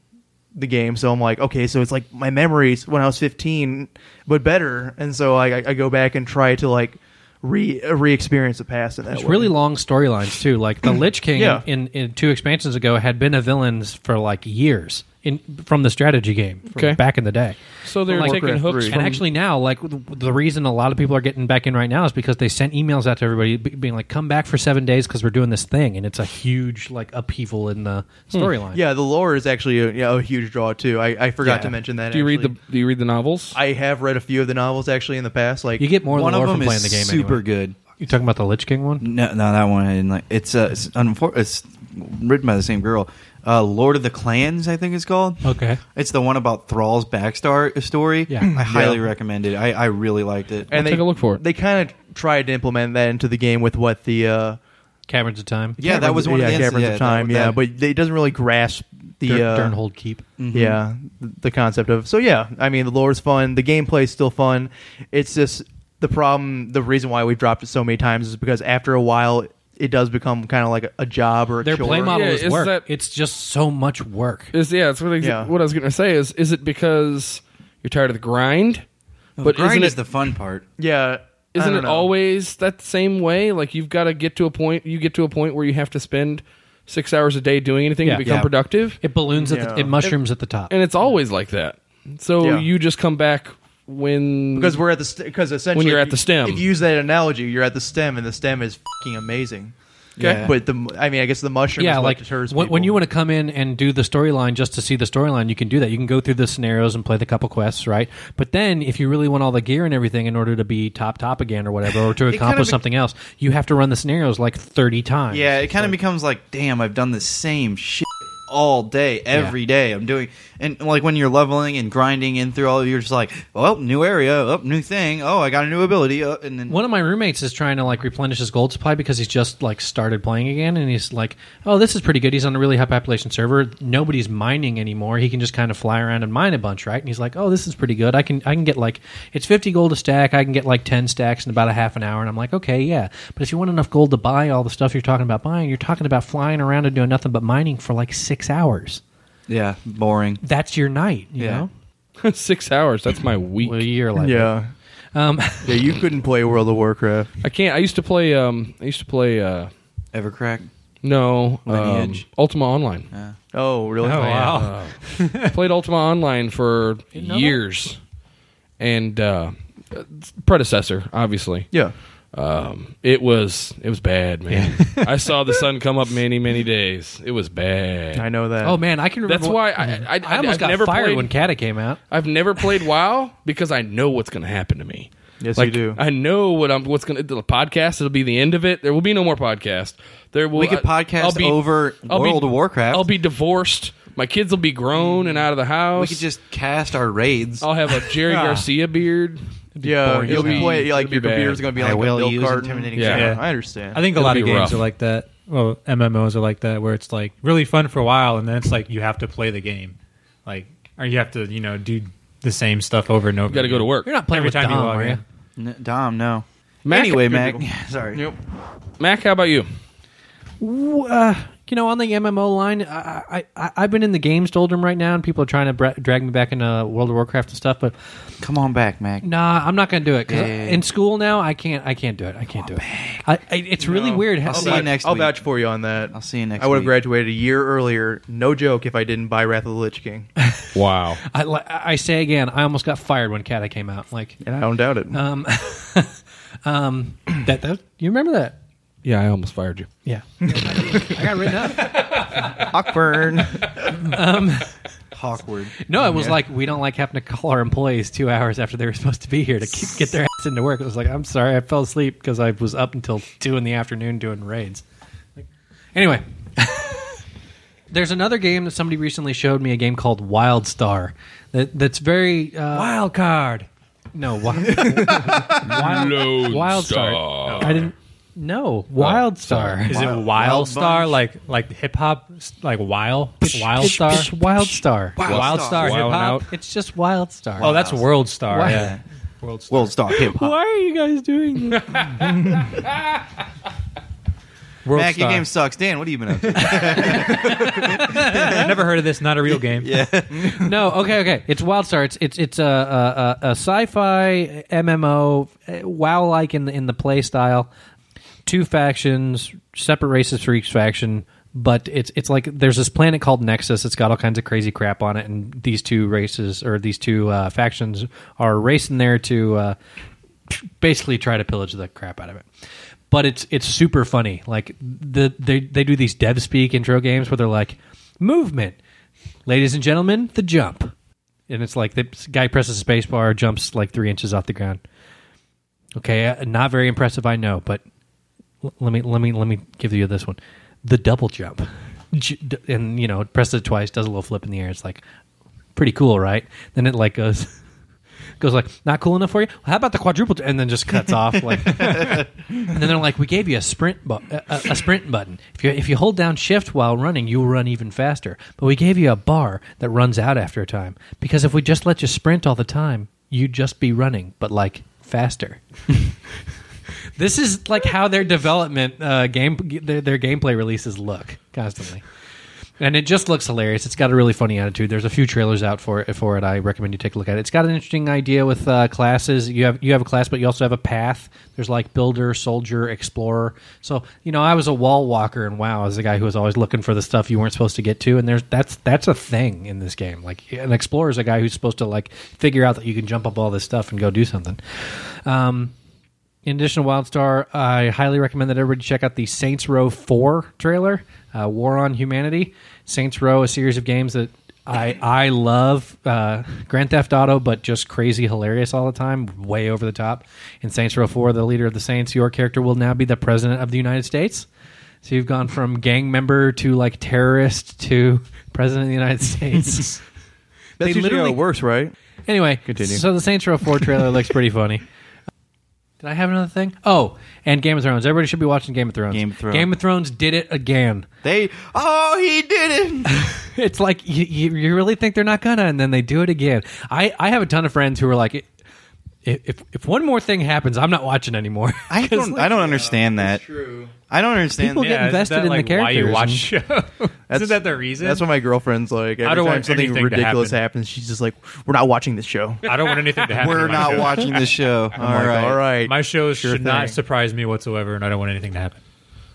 S5: the game, so I'm like okay, so it's like my memories when I was 15, but better, and so I, I, I go back and try to like re re-experience the past in that
S3: It's
S5: way.
S3: really long storylines too. Like the Lich King
S5: Yeah.
S3: in, in two expansions ago had been a villain for like years in from the strategy game from
S2: Okay.
S3: back in the day.
S2: So they're
S3: Like-
S2: taking hooks
S3: And
S2: from
S3: actually now, like the the reason a lot of people are getting back in right now is because they sent emails out to everybody be- being like, "Come back for seven days because we're doing this thing," and it's a huge like upheaval in the
S2: Hmm.
S3: storyline.
S5: yeah, the lore is actually a, yeah, a huge draw too. I, I forgot
S3: Yeah.
S5: to mention that.
S2: Do you read the
S5: actually.
S2: Do you read the novels?
S5: I have read a few of the novels actually in the past. Like
S3: you get more
S4: One of
S3: of the lore
S4: them
S3: from playing
S4: is
S3: the game.
S4: super
S3: anyway.
S4: good.
S3: You talking about the Lich King one?
S4: No, no, that one I didn't like. It's uh, it's, unfor- it's written by the same girl. Uh, Lord of the Clans, I think it's called.
S3: Okay.
S4: It's the one about Thrall's backstar story.
S3: Yeah.
S4: I highly recommend it. I, I really liked it.
S5: and
S2: I'll take a look for it.
S5: They kind of tried to implement that into the game with what the uh,
S3: Caverns of Time.
S4: yeah, that was one
S5: yeah,
S4: of the
S5: caverns
S4: yeah,
S5: of time.
S4: that-
S5: yeah,
S4: that-
S5: but it doesn't really grasp the
S3: Dur-
S5: uh,
S3: Durnhold Keep.
S4: Mm-hmm.
S5: yeah the concept of. So yeah, I mean the lore's fun, the gameplay's still fun. It's just the problem. The reason why we've dropped it so many times is because after a while. It does become kind of like a- a job or a
S3: Their
S5: chore.
S3: play model
S2: Yeah,
S3: is
S2: is
S3: work.
S2: that-
S3: it's just so much work.
S2: Is yeah, that's what I,
S5: Yeah.
S2: what I was going to say. Is is it because you're tired of the grind?
S4: but grind
S2: isn't
S4: is
S2: it,
S4: the fun part.
S5: Yeah, I
S2: isn't
S5: don't
S2: it
S5: know.
S2: always that same way? Like you've got to get to a point. You get to a point where you have to spend six hours a day doing anything
S3: Yeah.
S2: to become
S4: Yeah.
S2: productive,
S3: It balloons at the,
S5: Yeah.
S3: it mushrooms at the top.
S2: and it's always like that. So
S5: Yeah.
S2: you just come back when
S5: because we're at the because essentially
S2: Mm. When you're at
S5: if
S2: the stem.
S5: you- If you use that analogy, you're at the stem, and the stem is fucking amazing.
S4: Yeah.
S5: But the I mean, I guess the mushroom. is
S3: yeah,
S5: what
S3: like
S5: deters
S3: when, when
S5: people.
S3: you want to come in and do the storyline just to see the storyline, you can do that. You can go through the scenarios and play the couple quests, right? But then, if you really want all the gear and everything in order to be top top again or whatever, or to
S4: It kinda
S3: accomplish
S4: be-
S3: something else, you have to run the scenarios like thirty times.
S4: Yeah, it kind of becomes like, damn, I've done the same shit all day, every day. I'm doing, and like when you're leveling and grinding in through all, you're just like, oh, new area, oh, new thing, oh, I got a new ability, oh, and then
S3: One of my roommates is trying to like replenish his gold supply because he's just like started playing again, and he's like, "Oh, this is pretty good." He's on a really high population server. Nobody's mining anymore. He can just kind of fly around and mine a bunch, right? And he's like, "Oh, this is pretty good. I can I can get like it's fifty gold a stack. I can get like ten stacks in about a half an hour." And I'm like, "Okay, yeah." But if you want enough gold to buy all the stuff you're talking about buying, you're talking about flying around and doing nothing but mining for like six hours.
S4: yeah, boring.
S3: That's your night, you
S4: Yeah.
S3: know.
S2: *laughs* Six hours. That's my week.
S3: Well, you're like
S5: Yeah.
S3: Um, *laughs*
S5: Yeah, you couldn't play World of Warcraft.
S2: I can't. I used to play. Um, I used to play. Uh,
S4: Evercrack.
S2: no, um,
S4: Lineage.
S2: Ultima Online.
S5: Oh, really?
S6: Oh, wow.
S2: played Ultima Online for years, and uh, predecessor, obviously.
S5: Yeah.
S2: It was it was bad, man. I saw the sun come up many many days. It was bad.
S5: I know that.
S3: oh man, I can. remember
S2: That's
S3: when-
S2: why I I, I,
S3: I almost
S2: have
S3: got
S2: never
S3: fired
S2: played.
S3: when Cata came out.
S2: I've never played WoW because I know what's going to happen to me.
S5: Yes,
S2: like,
S5: you do.
S2: I know what I'm. What's going to the podcast? It'll be the end of it. There will be no more podcast. There will.
S4: We could
S2: I-
S4: podcast
S2: I'll be-
S4: over
S2: I'll be-
S4: World of Warcraft.
S2: I'll be divorced. My kids will be grown and out of the house.
S4: we could just Ah. cast our raids.
S2: I'll have a Jerry
S4: *laughs*
S2: Garcia beard.
S5: yeah,
S2: boring.
S5: you'll
S2: It'll
S5: be
S2: be-
S5: playing like
S2: it'll be
S5: your computer's
S2: bad.
S5: going to be
S4: I
S5: like
S4: will
S5: a milk
S4: use
S5: carton.
S4: intimidating
S2: Yeah.
S5: Yeah,
S6: Yeah.
S5: I understand.
S6: I think a
S2: It'll
S6: lot of
S2: be
S6: games
S2: rough.
S6: are like that. Well, MMOs are like that, where it's like really fun for a while, and then it's like you have to play the game, like or you have to you know do the same stuff over and over.
S2: Got to go to work.
S3: You're not playing
S6: Every
S3: with
S6: time you
S3: Dom,
S6: log
S3: are you?
S6: in.
S4: N- Dom, no.
S2: Mac-
S4: anyway,
S2: Good
S4: Mac.
S2: people.
S5: *laughs*
S4: Sorry.
S2: Mac, how about you?
S3: Ooh, uh, you know, on the MMO line, I, I, I, I've been in the games doldrum right now, and people are trying to bra- drag me back into World of Warcraft and stuff. But
S4: Come on back, Mac.
S3: nah, I'm not going to do it. 'cause
S4: Yeah, yeah, yeah.
S3: In school now, I can't. I can't do it. I can't do it. I, I, it's really weird. how-
S4: I'll see
S5: I'll
S4: you
S5: vouch-
S4: next
S5: I'll
S4: week.
S5: vouch for you on that.
S4: I'll see you next
S5: I would have
S4: week.
S5: graduated a year earlier. No joke if I didn't buy Wrath of the Lich *laughs* King.
S2: Wow.
S3: I, li- I say again, I almost got fired when Cata came out. Like,
S5: And I don't doubt it.
S3: um, um, that, that you remember that?
S2: Yeah, I almost fired you.
S3: Yeah, I got written up.
S5: Awkward.
S3: Um,
S4: Hawkward.
S3: No, it was like we don't like having to call our employees two hours after they were supposed to be here to *laughs* keep, get their ass into work. It was like, I'm sorry, I fell asleep because I was up until two in the afternoon doing raids. Like, anyway, *laughs* there's another game that somebody recently showed me a game called Wild Star that that's very uh, wild card. No, *laughs* wild,
S2: Load
S3: wild star. I didn't. No, Wild Star.
S6: Is it Wild Star like like hip hop like Wild Wild
S3: It's-
S6: Star?
S3: It's Wild Star.
S6: Wild Star hip
S2: Wild
S6: hop.
S2: out.
S3: It's just Wild Star.
S6: Oh, that's World Star.
S3: Wild-
S6: Yeah. World Star.
S4: World Star Hip Hop.
S3: Why are you guys doing this?
S6: World
S4: Mac, your
S6: Star.
S4: game sucks. Dan, what have you been up to?
S6: I've never heard of this. Not a real game. yeah.
S3: no, okay, okay. It's Wild Star. It's it's it's a a, a, a sci-fi MMO, WoW like eh, in the in the play style. Two factions, separate races for each faction, but it's it's like there's this planet called Nexus. It's got all kinds of crazy crap on it, and these two races or these two uh, factions are racing there to uh, basically try to pillage the crap out of it. But it's it's super funny. Like the they they do these dev speak intro games where they're like movement, ladies and gentlemen, the jump, and it's like the guy presses the space bar, jumps like three inches off the ground. Okay, uh, not very impressive, I know, but l- let me let me let me give you this one, the double jump, J- d- and you know presses it twice, does a little flip in the air. It's like pretty cool, right? Then it like goes. goes like, not cool enough for you. Well, how about the quadruple? And then just cuts off. Like, and then they're like, we gave you a sprint, bu- a, a- a sprint button. If you if you hold down shift while running, you'll run even faster. But we gave you a bar that runs out after a time because if we just let you sprint all the time, you'd just be running, but like faster. *laughs* this is like how their development uh, game their, their gameplay releases look constantly. And it just looks hilarious. It's got a really funny attitude. There's a few trailers out for it. For it, I recommend you take a look at it. It's got an interesting idea with uh, classes. You have you have a class, but you also have a path. There's like builder, soldier, explorer. So you know, I was a wall walker, and wow, I was the guy who was always looking for the stuff you weren't supposed to get to. And there's that's that's a thing in this game. Like an explorer is a guy who's supposed to like figure out that you can jump up all this stuff and go do something. Um, in addition to Wildstar, I highly recommend that everybody check out the Saints Row 4 trailer, uh, War on Humanity. Saints Row, a series of games that I I love. Uh, Grand Theft Auto, but just crazy hilarious all the time, way over the top. In Saints Row 4, the leader of the Saints, your character will now be the president of the United States. So you've gone from gang member to like terrorist to president of the United States.
S5: That's usually
S3: literally-
S5: how it works, right?
S3: Anyway,
S5: Continue.
S3: So the Saints Row 4 trailer looks pretty funny. Did I have another thing? Oh, and Game of Thrones. Everybody should be watching Game of Thrones.
S4: Game of Thrones.
S3: Game of Thrones did it again.
S4: They. Oh, he
S3: *laughs*
S4: did it.
S3: It's like you, you, you really think they're not gonna, and then they do it again. I, I have a ton of friends who are like, if, if if one more thing happens, I'm not watching anymore. *laughs*
S4: I
S3: 'Cause,
S4: don't.
S3: like,
S4: I don't understand that.
S5: True.
S4: I don't understand.
S3: People
S4: that.
S3: get
S6: Yeah,
S3: invested
S6: is that,
S3: in the
S6: like, Why you
S3: characters
S6: watch
S3: and-
S6: show? *laughs* Isn't that the reason?
S5: That's what my girlfriend's like. Every time
S6: don't want
S5: something
S6: anything to
S5: ridiculous
S6: happen.
S5: happens, she's just like, "We're not watching this show."
S6: I don't want anything to happen.
S4: We're
S3: *laughs*
S6: to my
S4: not
S6: show.
S4: watching the *laughs* show. All right.
S5: Like, all right.
S6: My shows should not
S5: thing.
S6: surprise me whatsoever, and I don't want anything to happen.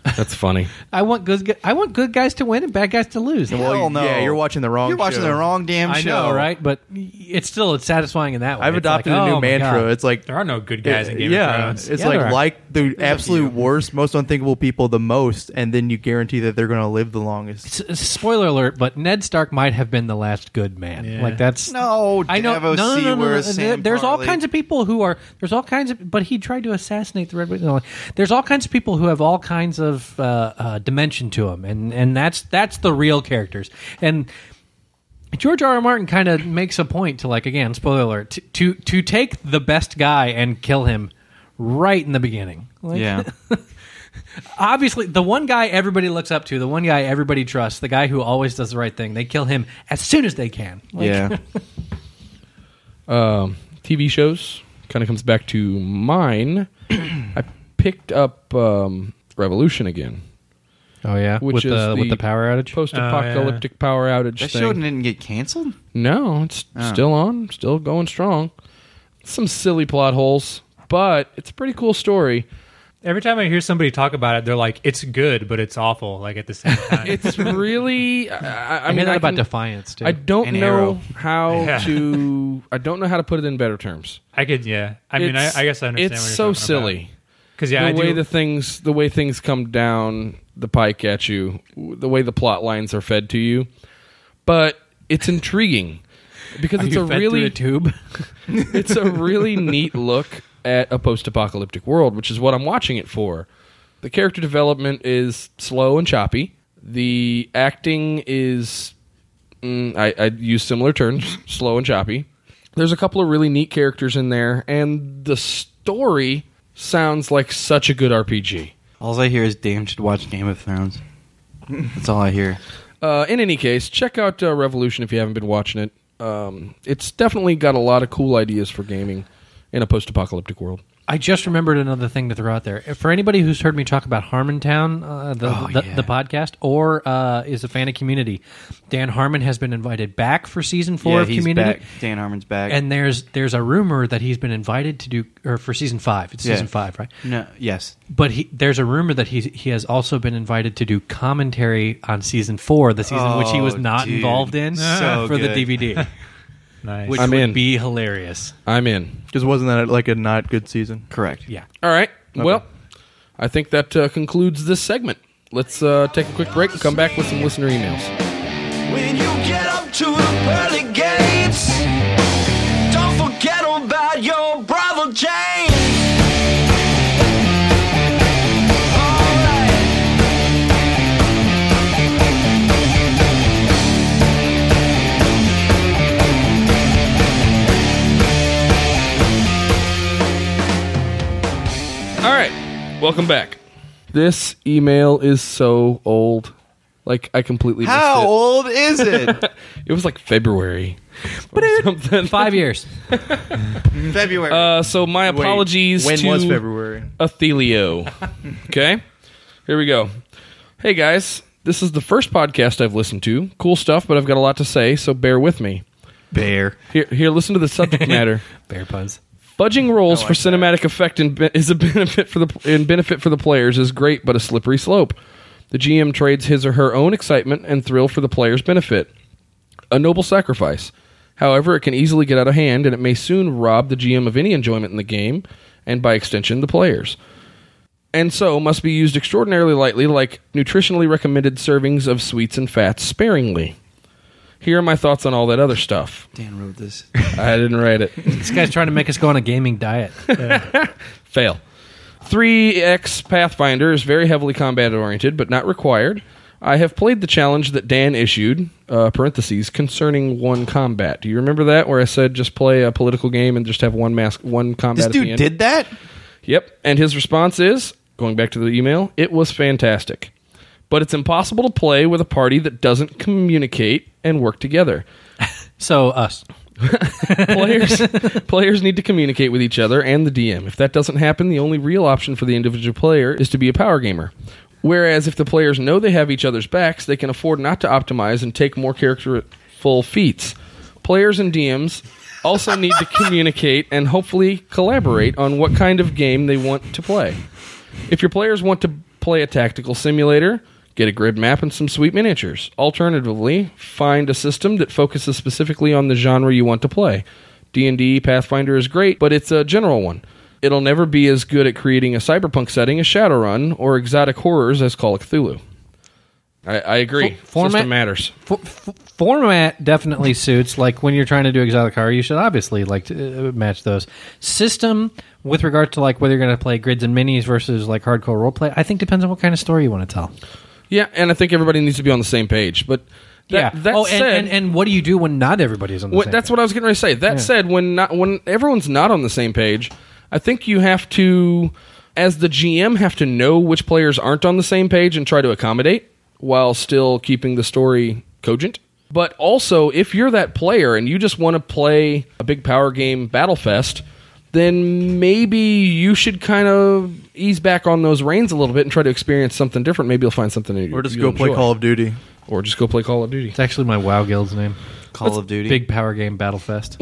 S2: That's funny.
S3: I want good. gu- I want good guys to win and bad guys to lose.
S4: Hell
S5: Well,
S4: no.
S5: yeah, you're watching the wrong
S4: You're watching
S5: show.
S4: the wrong damn
S3: I
S4: show.
S3: know, right? But it's still it's satisfying in that way.
S5: I've
S3: It's like,
S5: adopted a
S3: oh
S5: new
S3: my
S5: mantra.
S3: God.
S5: It's like
S6: There are no good guys in Game
S5: yeah,
S6: of Thrones.
S5: It's
S3: Yeah, there
S5: like
S3: are.
S5: like the absolute worst, most unthinkable people the most, and then you guarantee that they're going to live the longest.
S3: S- Spoiler alert, but Ned Stark might have been the last good man.
S6: Yeah.
S3: Like that's
S4: No,
S3: I know.
S4: Davos
S3: no, no, no, no, no.
S4: Seaworth,
S3: There-
S4: Sam
S3: There's all
S4: Farley.
S3: kinds of people who are. There's all kinds of. But he tried to assassinate the Red Witch. No, there's all kinds of people who have all kinds of uh, uh, dimension to them, and and that's that's the real characters. And George R. R. Martin kind of makes a point to like again, spoiler alert, to, to to take the best guy and kill him right in the beginning. *laughs*
S4: *laughs*
S3: Like,
S4: Yeah.
S3: obviously the one guy everybody looks up to, the one guy everybody trusts, the guy who always does the right thing. They kill him as soon as they can. Like,
S4: yeah.
S2: um, TV shows kind of comes back to
S6: *clears throat*
S2: mine. I picked up um, Revolution again,
S3: Oh yeah,
S2: which
S3: with
S2: is
S3: the, with the power outage.
S6: uh,
S2: post-apocalyptic power outage
S4: That
S2: thing.
S4: show didn't get canceled.
S2: no, it's
S6: oh.
S2: still on, still going strong. Some silly plot holes, but it's a pretty cool story.
S6: Every time I hear somebody talk about it, they're like, "It's good, but it's awful." Like at
S3: *laughs*
S6: the same time, *laughs*
S2: It's really. I, I- I
S3: I
S2: mean,
S3: mean,
S2: I
S3: that about
S2: can-
S3: defiance too.
S2: I don't
S4: And
S2: know
S4: Arrow.
S2: how
S6: *laughs* Yeah.
S2: to. I don't know how to put it in better terms.
S6: I could, yeah. I mean, I,
S2: It's-
S6: I guess I understand.
S2: It's
S6: what you're
S2: so
S6: talking
S2: silly.
S6: because yeah,
S2: the
S6: I
S2: way
S6: do.
S2: the things the way things come down the pike at you the way the plot lines are fed to you but it's intriguing because it's a really
S3: tube.
S2: *laughs* it's a really neat look at a post-apocalyptic world which is what i'm watching it for the character development is slow and choppy the acting is mm, I, I use similar terms slow and choppy there's a couple of really neat characters in there and the story sounds like such a good rpg
S4: All I hear is damn should watch Game of Thrones.
S3: *laughs*
S4: That's all I hear.
S2: Uh, in any case, check out uh, Revolution if you haven't been watching it. Um, it's definitely got a lot of cool ideas for gaming in a post-apocalyptic world.
S3: I just remembered another thing to throw out there. For anybody who's heard me talk about Harmontown, uh, the,
S4: Oh,
S3: the,
S4: yeah.
S3: the podcast, or uh, is a fan of Community, Dan Harmon has been invited back for season four
S4: yeah,
S3: of
S4: he's
S3: Community.
S4: back. Dan Harmon's back.
S3: And there's there's a rumor that he's been invited to do or for season five. It's
S4: Yeah.
S3: season five, right?
S4: no, yes,
S3: But he, there's a rumor that he he has also been invited to do commentary on season four, the season which he was
S4: Oh,
S3: not
S4: dude.
S3: involved
S6: *laughs*
S3: in
S4: So
S3: *laughs* for
S4: good.
S3: the DVD,
S6: nice.
S3: which
S2: I'm
S3: would
S2: in.
S3: be hilarious.
S2: I'm in.
S5: Just wasn't that like a not good season?
S4: correct.
S3: Yeah.
S2: All right. Well, I think that uh, concludes this segment. Let's uh, take a quick break and come back with some listener emails.
S7: When you get up to the pearly gates, don't forget about your brother James. Alright.
S2: All right. Welcome back. This email is so old. Like I completely
S4: How
S2: missed it.
S4: old is it?
S5: *laughs*
S2: It was like February or something.
S3: *laughs* Five years.
S4: February.
S2: Uh, so my
S5: Wait,
S2: apologies
S5: When
S2: to
S5: was February?
S2: Athelio. okay? Here we go. Hey guys, this is the first podcast I've listened to. Cool stuff, but I've got a lot to say, so bear with me.
S4: Bear.
S2: Here, here listen to the
S3: *laughs*
S2: subject matter.
S3: Bear puns.
S2: Fudging roles for cinematic effect and be- is a *laughs* benefit for the and benefit for the players is great, but a slippery slope. The GM trades his or her own excitement and thrill for the player's benefit. A noble sacrifice. However, it can easily get out of hand, and it may soon rob the GM of any enjoyment in the game, and by extension, the players. And so must be used extraordinarily lightly, like nutritionally recommended servings of sweets and fats sparingly. Here are my thoughts on all that other stuff.
S4: Dan wrote *laughs* this.
S2: I didn't write it.
S3: This guy's trying to make us go on a gaming *laughs* diet.
S2: Fail. 3X Pathfinder is very heavily combat oriented, but not required. I have played the challenge that Dan issued, uh, parentheses, concerning one combat. Do you remember that, where I said just play a political game and just have one mask, one combat?
S4: This
S2: at the
S4: dude
S2: end?
S4: did that.
S2: Yep. And his response is going back to the email, it was fantastic. But it's impossible to play with a party that doesn't communicate and work together.
S3: So uh, us.
S2: players players need to communicate with each other and the DM. If that doesn't happen, the only real option for the individual player is to be a power gamer. Whereas if the players know they have each other's backs, they can afford not to optimize and take more characterful feats. Players and DMs also need to communicate and hopefully collaborate on what kind of game they want to play. If your players want to play a tactical simulator, get a grid map and some sweet miniatures. Alternatively, find a system that focuses specifically on the genre you want to play. D&D Pathfinder is great, but it's a general one. It'll never be as good at creating a cyberpunk setting as Shadowrun or exotic horrors as Call of Cthulhu. I, I agree.
S3: F- format-
S2: System matters.
S3: For, f- format definitely suits. Like when you're trying to do exotic horror, you should obviously like to, uh, match those. System with regard to like whether you're going to play grids and minis versus like hardcore roleplay, I think depends on what kind of story you want to tell.
S2: Yeah, and I think everybody needs to be on the same page. But that,
S3: yeah.
S2: that
S3: oh,
S2: said,
S3: and, and and what do you do when not everybody's on the
S2: What-
S3: same
S2: that's
S3: page?
S2: what I was getting ready to say. That said, when not when everyone's not on the same page, I think you have to, as the GM, have to know which players aren't on the same page and try to accommodate while still keeping the story cogent. But also, if you're that player and you just want to play a big power game battle fest, then maybe you should kind of ease back on those reins a little bit and try to experience something different. Maybe you'll find something that
S5: Or just
S2: you'll
S5: go play
S2: enjoy.
S5: Call of Duty.
S2: or just go play Call of Duty.
S3: It's actually my WoW guild's name.
S4: Call of Duty.
S3: Big power game Battlefest.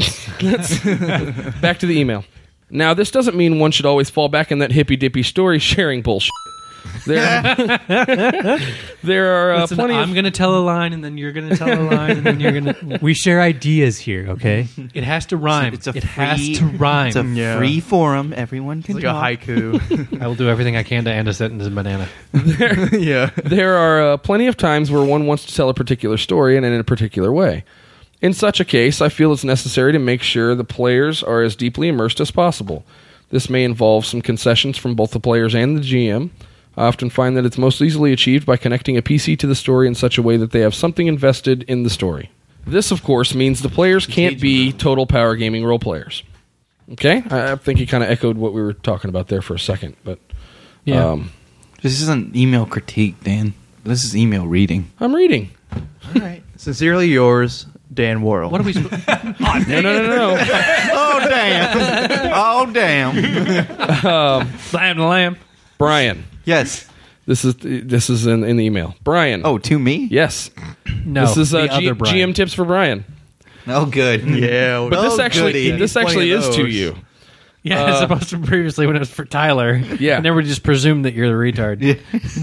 S2: Back to the email. Now, this doesn't mean one should always fall back in that hippy dippy story sharing bullshit. There, *laughs* there are uh,
S3: Listen,
S2: plenty
S3: I'm
S2: of.
S3: going to tell a line, and then you're going to tell *laughs* a line, and then you're going *laughs* to.
S6: We share ideas here, okay?
S3: It has to rhyme.
S4: It's a
S3: it has
S4: free-
S3: to rhyme.
S4: It's a
S5: Yeah.
S4: free forum. Everyone can
S5: It's like a
S4: talk.
S5: haiku.
S3: *laughs* I will do everything I can to end a sentence in banana.
S5: *laughs* yeah.
S2: There are uh, plenty of times where one wants to tell a particular story and in a particular way. In such a case, I feel it's necessary to make sure the players are as deeply immersed as possible. This may involve some concessions from both the players and the GM. I often find that it's most easily achieved by connecting a PC to the story in such a way that they have something invested in the story. This, of course, means the players can't be total power gaming role players. Okay? I, I think he kind of echoed what we were talking about there for a second, but
S3: Yeah.
S2: um,
S4: This isn't email critique, Dan. This is email reading.
S2: I'm reading.
S5: All right. Sincerely yours, Dan
S3: *laughs*
S5: Worrell.
S3: what are we? sp-
S2: No, no, no, no, no.
S4: Oh
S3: *laughs*
S4: damn! oh damn!
S3: Slam the lamb.
S2: Brian.
S4: Yes.
S2: This is this is in, in the email. Brian.
S4: Oh, to me?
S2: yes.
S3: No,
S2: this is uh,
S3: Oh, the
S2: G-
S3: other Brian.
S2: GM tips for Brian.
S4: Oh, good.
S5: yeah.
S2: But this actually
S4: goody.
S2: this
S5: Plenty
S2: actually
S5: of
S2: is to *laughs*
S4: *laughs*
S5: those.
S2: you.
S3: Yeah,
S4: Uh,
S3: as opposed to previously when it was for Tyler.
S2: Yeah.
S3: and everybody just presumed that you're the retard.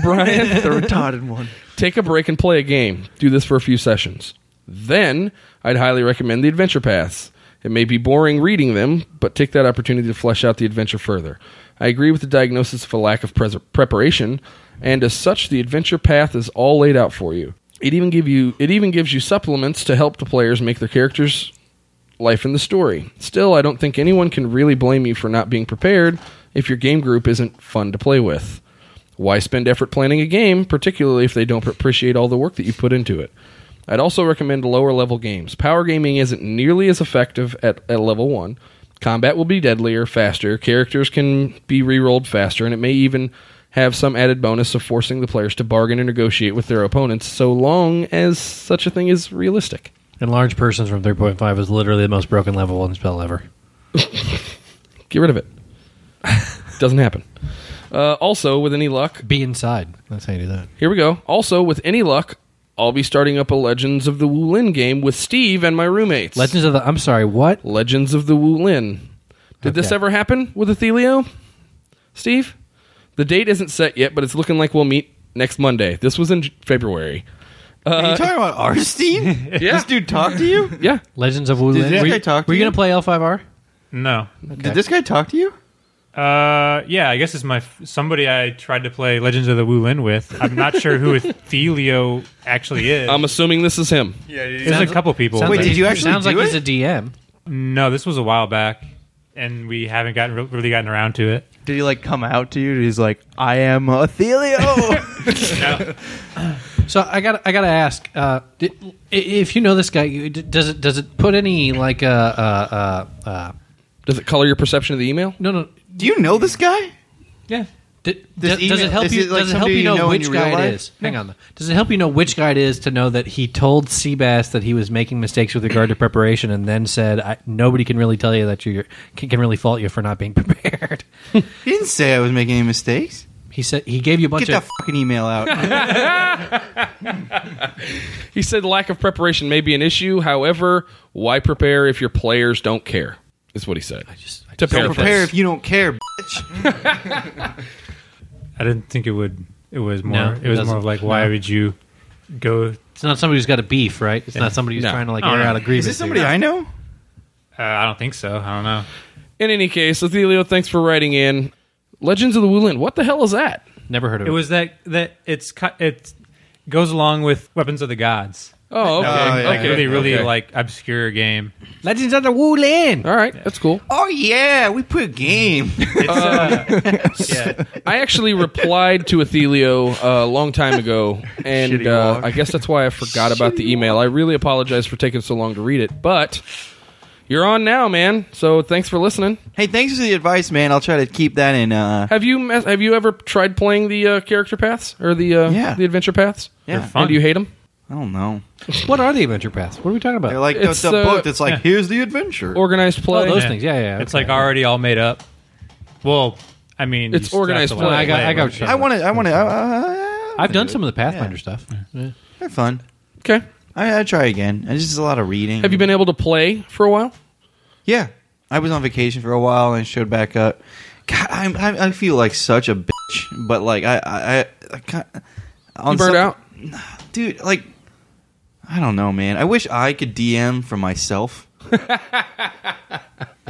S2: Brian,
S5: the retarded one.
S2: take a break and play a game. Do this for a few sessions. Then I'd highly recommend the adventure paths. It may be boring reading them, but take that opportunity to flesh out the adventure further. I agree with the diagnosis of a lack of pres- preparation, and as such, the adventure path is all laid out for you. It even give you it even gives you supplements to help the players make their characters life in the story. Still, I don't think anyone can really blame you for not being prepared if your game group isn't fun to play with. Why spend effort planning a game, particularly if they don't appreciate all the work that you put into it? I'd also recommend lower level games. Power gaming isn't nearly as effective at, at level 1. Combat will be deadlier, faster, characters can be rerolled faster, and it may even have some added bonus of forcing the players to bargain and negotiate with their opponents, so long as such a thing is realistic.
S3: And large persons from 3.5 is literally the most broken level one spell ever.
S2: Get rid of it. Doesn't happen. Uh, also, with any luck,
S3: Be inside. That's how you do that.
S2: here we go. Also, with any luck, I'll be starting up a Legends of the Wu Lin game with Steve and my roommates.
S3: Legends of the. I'm sorry. What?
S2: Legends of the Wu Lin. Did this
S3: Okay.
S2: ever happen with Athelio? Steve? The date isn't set yet, but it's looking like we'll meet next Monday. This was in J- February.
S4: Are you talking about our
S3: *laughs*
S4: Steam?
S2: Yeah.
S4: This dude talk to you?
S2: Yeah.
S3: Legends of Wu
S4: Did
S3: Lin.
S4: this
S3: Were
S4: guy
S3: you,
S4: talk to
S3: were you
S4: you?
S3: gonna play L5R?
S6: No.
S4: Did this guy talk to you?
S6: Uh, yeah, I guess it's my f- somebody I tried to play Legends of the Wu Lin with. I'm not sure *laughs* who Athelio actually is.
S2: I'm assuming this is him.
S6: There's a couple people.
S3: Um, Sounds
S4: Wait,
S6: but-
S4: did you actually
S3: Sounds
S4: do
S3: like he's
S4: it?
S3: a DM.
S6: No, this was a while back, and we haven't gotten really gotten around to it.
S5: Did he like come out to you? He's like, I am
S4: Oh.
S5: Athelio.
S3: So I got I got to ask uh, di- i if you know this guy. you- d- Does it does it put any like uh, uh, uh, uh,
S2: Does it color your perception of the email?
S3: no no
S4: Do you know this guy?
S6: Yeah.
S3: Did,
S4: This
S3: does, does
S4: email-
S3: it help
S4: is
S3: you?
S4: it like
S3: does it help
S4: somebody
S3: you
S4: you
S3: know,
S4: know in
S3: which
S4: your
S3: guy
S4: real
S3: it
S4: life?
S3: is? Hang on. Though. Does it help you know which guy it is to know that he told Seabass that he was making mistakes with regard to preparation, and then said I, nobody can really tell you that you can, can really fault you for not
S4: *laughs*
S3: being *laughs* prepared?
S4: He didn't say I was making any mistakes.
S3: he said he gave you a bunch
S4: Get that
S3: of
S4: fucking email
S3: *laughs*
S4: out.
S2: He said lack of preparation may be an issue. However, why prepare if your players don't care? Is what he said.
S3: just- I
S2: to
S4: Don't
S2: paraphrase.
S4: prepare if you don't care,
S3: *laughs*
S4: bitch.
S6: I didn't think it would. It was more.
S3: No,
S6: it
S3: it
S6: was
S3: doesn't.
S6: more of like, why would you go?
S3: It's not somebody who's got a beef, right? It's not somebody who's
S2: No.
S3: trying to like
S6: Oh,
S3: air
S6: no.
S3: out a grievance.
S4: Is this somebody
S3: here.
S4: I know?
S6: Uh, I don't think so. I don't know.
S2: In any case, Athelio, thanks for writing in. Legends of the Wulin. What the hell is that?
S3: never heard of?
S6: It was that that it's cut. It goes along with Weapons of the Gods.
S2: Oh, okay.
S4: Oh, yeah,
S2: okay.
S6: Really, really
S2: okay.
S6: like obscure game.
S3: Legends of the Wu Lin.
S2: All right, that's cool.
S4: Oh yeah, we put a
S3: *laughs*
S4: game.
S6: It's, uh, yeah.
S2: I actually replied to Athelio uh, a long time ago, and
S5: Shitty
S2: uh,
S5: log.
S2: I guess that's why I forgot about the email. I really apologize for taking so long to read it, but you're on now, man. So thanks for listening.
S4: hey, thanks for the advice, man. I'll try to keep that in. Uh,
S2: Have you mes- have you ever tried playing the uh, character paths or the uh,
S4: Yeah.
S2: the adventure paths?
S4: yeah,
S6: Fun.
S2: And do you hate them?
S4: I don't know.
S3: What are the adventure paths? What are we talking about?
S4: They're like
S2: It's,
S4: it's the
S2: uh,
S4: book that's like here's the adventure.
S2: Organized play.
S3: those things. Yeah, yeah, yeah.
S6: It's
S3: Okay.
S6: like already all made up. Well, I mean,
S2: It's
S6: you still have
S2: organized
S6: to
S2: play.
S6: learn
S3: I got,
S6: to
S3: I
S6: play,
S3: got.
S6: but-
S3: what you're
S4: I want to. I want to.
S3: I've done some of the Pathfinder stuff.
S4: They're fun.
S2: okay.
S4: I, I try again. It's just a lot of reading.
S2: Have you been able to play for a while?
S4: Yeah, I was on vacation for a while and I showed back up. God, I'm, I, I feel like such a bitch, but like I, I, I, I can't- on
S2: You burned
S4: something-
S2: out.
S4: dude. Like, I don't know, man. I wish I could DM for
S2: *laughs*
S4: myself.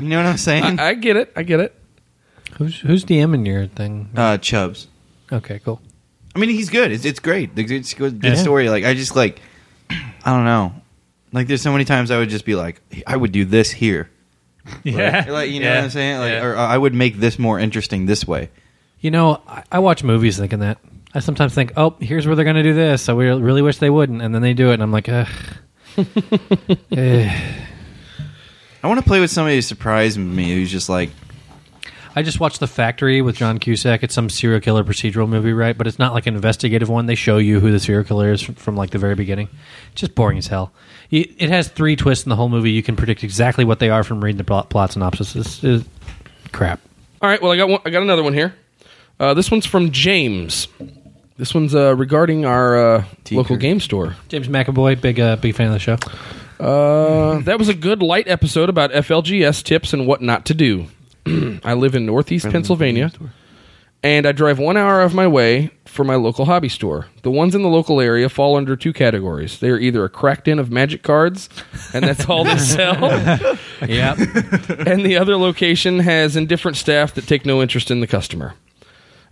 S4: you know what I'm saying?
S2: I get it. I get it.
S3: Who's who's DMing your thing?
S4: uh, Chubbs.
S3: Okay, cool.
S4: I mean, he's good. It's, it's great. The, it's good. The
S6: Yeah.
S4: story. Like, I just like, *clears throat* I don't know. Like, there's so many times I would just be like, I would do this here.
S6: *laughs* Yeah,
S4: Like, you know
S6: Yeah.
S4: what I'm saying? Like,
S6: Yeah.
S4: or uh, I would make this more interesting this way.
S3: You know, I, I watch movies thinking that. I sometimes think, oh, here's where they're going to do this. I we- really wish they wouldn't, and then they do it, and I'm like, ugh. Eh.
S4: I want to play with somebody who surprised me. Who's just like,
S3: I just watched The Factory with John Cusack. It's some serial killer procedural movie, right? But it's not like an investigative one. They show you who the serial killer is from, from like the very beginning. It's just boring as hell. It, it has three twists in the whole movie. You can predict exactly what they are from reading the plot, plot synopsis. It's, it's crap.
S2: All right. Well, I got one, I got another one here. Uh, this one's from James. This one's uh, regarding our uh, local game store.
S3: James McAvoy, big uh, big fan of the show.
S2: Uh, that was a good light episode about FLGS tips and what not to do. *clears throat* I live in Northeast Pennsylvania, and I drive one hour of my way for my local hobby store. The ones in the local area fall under two categories. They are either a cracked in of magic cards, and that's all they sell, *laughs*
S3: Yeah,
S2: and the other location has indifferent staff that take no interest in the customer.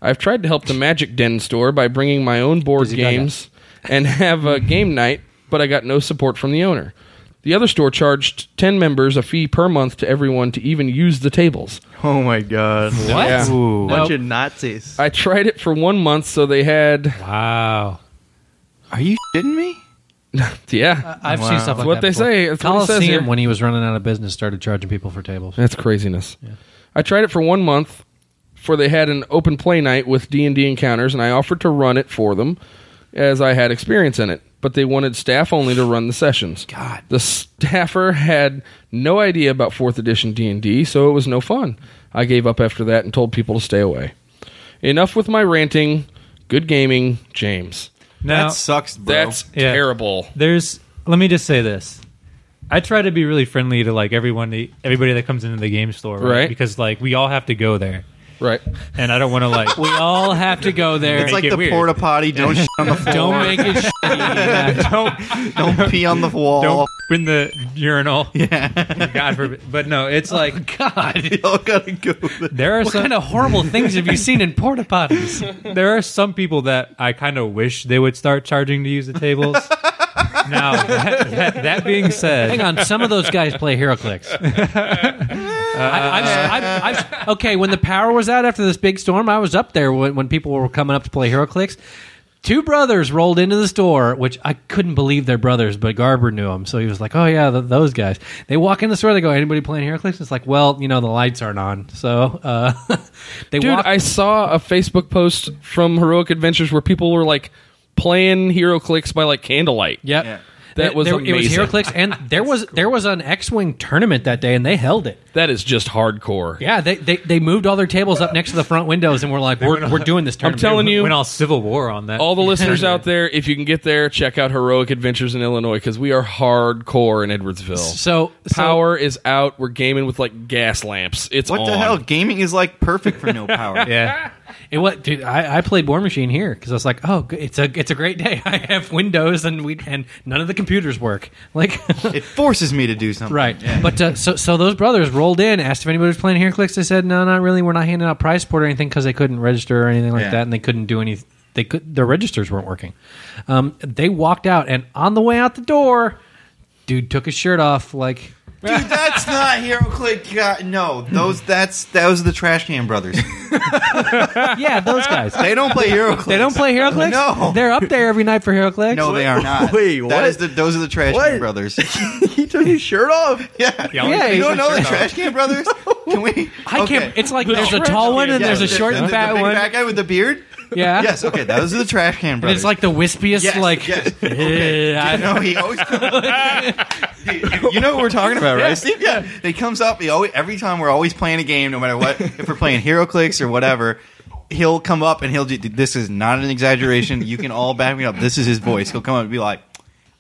S2: I've tried to help the Magic Den store by bringing my own board
S3: Dizzy Gaga.
S2: games and have a game night, but I got no support from the owner. The other store charged 10 members a fee per month to everyone to even use the tables.
S5: Oh my god!
S3: What?
S2: Yeah.
S5: Ooh, bunch
S3: Nope.
S5: of Nazis.
S2: I tried it for one month, so they had.
S6: Wow.
S4: "Are you shitting me?"
S2: Yeah.
S3: I've seen stuff like
S2: What
S3: that
S2: they
S3: before.
S2: say, it's what it says
S3: Coliseum,
S2: here.
S3: when he was running out of business, started charging people for tables.
S2: That's craziness. I tried it for one month, for they had an open play night with D and D encounters, and I offered to run it for them, as I had experience in it. But they wanted staff only to run the sessions. God, the staffer had no idea about fourth edition D and D, so it was no fun. I gave up after that and told people to stay away. Enough with my ranting. Good gaming, James.
S6: Now,
S4: that sucks, bro.
S2: That's
S6: Yeah.
S2: terrible.
S6: there's let me just say this i try to be really friendly to like everyone everybody that comes into the game store right,
S2: Right.
S6: because like we all have to go there
S2: Right.
S6: and i don't want to
S3: *laughs*
S6: like
S3: We all have to go there.
S4: it's like
S6: it
S4: the
S6: weird.
S4: porta potty. Don't shit on the floor.
S3: Don't make it. shitty. Yeah.
S6: don't
S4: Don't pee on the wall.
S6: *laughs* don't in the urinal yeah god forbid but no it's like
S3: Oh, God,
S4: We *laughs* all gotta go. there.
S6: there are
S3: what
S6: some
S3: kind of horrible things have you seen in porta potties?
S6: *laughs* there are some people that i kind of wish they would start charging to use
S2: *laughs*
S6: the tables now that, that, that being said
S3: Hang on, some of those guys play HeroClix. I,
S6: uh,
S3: I've, I've, I've, okay, when the power was out after this big storm, I was up there when, when people were coming up to play HeroClix. Two brothers rolled into the store, which I couldn't believe they're brothers, but Garber knew them, so he was like, "Oh yeah, th- those guys." They walk in the store, they go, "Anybody playing Heracles?" It's like, "Well, you know, the lights aren't on." So uh, *laughs* they
S2: Dude,
S3: walk.
S2: I saw a Facebook post from Heroic Adventures where people were like playing Hero Clicks by like candlelight.
S3: Yep.
S4: Yeah.
S2: That
S3: Th-
S2: was
S3: there, it was
S2: amazing.
S3: HeroClix, and there was there was an X-wing tournament that day, and they held it.
S2: That is just hardcore.
S3: Yeah, they, they, they moved all their tables up next to the front windows, and we're like, we're, we're doing this tournament.
S2: telling you-
S6: Went all Civil War on
S3: *laughs*
S6: that.
S2: All the listeners out there, if you can get there, check out Heroic Adventures in Illinois because we are hardcore in Edwardsville.
S3: So, so
S2: power is out. We're gaming with like gas lamps. It's
S4: What the
S2: on.
S4: hell? Gaming is like perfect for
S6: *laughs*
S4: no power.
S2: *laughs*
S6: yeah.
S3: It what dude, I, I played War Machine here because I was like, oh, g- it's a it's a great day. *laughs* I have Windows and we and none of the computers work. *laughs* Like,
S4: It forces me to do something.
S3: right?
S4: Yeah.
S3: But uh, so so those brothers rolled in, asked if anybody was playing HeroClix. They said, no, not really. We're not handing out prize support or anything because they couldn't register or anything like
S4: Yeah.
S3: that, and they couldn't do any. They could their registers weren't working. Um, they walked out, and on the way out the door, dude took his shirt off. Like,
S4: Dude, that's
S6: *laughs*
S4: not HeroClick. God, no, those that's that was the Trash Can Brothers.
S3: yeah, those guys.
S4: They don't play
S6: *laughs*
S4: HeroClick.
S3: They don't play HeroClix.
S4: No.
S3: they're up there every night for HeroClix.
S4: No, they are not.
S5: Wait,
S4: That
S5: what?
S4: is the those are the Trash Can *laughs*
S5: What?
S4: Brothers.
S5: he took his shirt off.
S4: Yeah.
S3: Yeah,
S4: you
S3: he's
S4: don't
S3: like,
S4: know the Trash Can *laughs* Brothers? Can we?
S3: I can't.
S4: okay.
S3: It's like there's a tall one and
S4: Yeah,
S3: there's a
S4: the-
S3: short
S4: the-
S3: and
S4: the
S3: fat
S4: big
S3: one.
S4: Fat guy with the
S3: *laughs*
S4: beard.
S3: Yeah.
S4: Yes. Okay, those are the Trash Can
S3: And
S4: Brothers.
S3: it's like the wispiest,
S4: Yes,
S3: like.
S4: yes.
S3: *laughs*
S4: Okay.
S3: Yeah, I-
S4: No, he
S3: *laughs*
S4: always. *laughs* you know what we're talking about, right, Steve? Yeah. He comes up. He always, every time we're always playing a game, no matter what. If we're playing HeroClix or whatever, he'll come up and he'll. do This is not an exaggeration. You can all back me up. This is his voice. He'll come up and be like,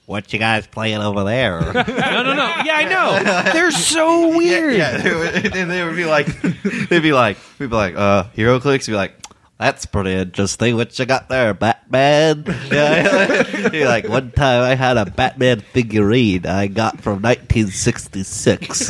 S4: "What you guys playing over there?"
S3: *laughs* no, no, no. Yeah, I know. They're so weird.
S4: *laughs* yeah. They would, and they would be like, they'd be like, we'd be like, uh, HeroClix. We'd be like. That's pretty interesting. What you got there, Batman? Yeah, You're like one time I had a Batman figurine I got from 1966.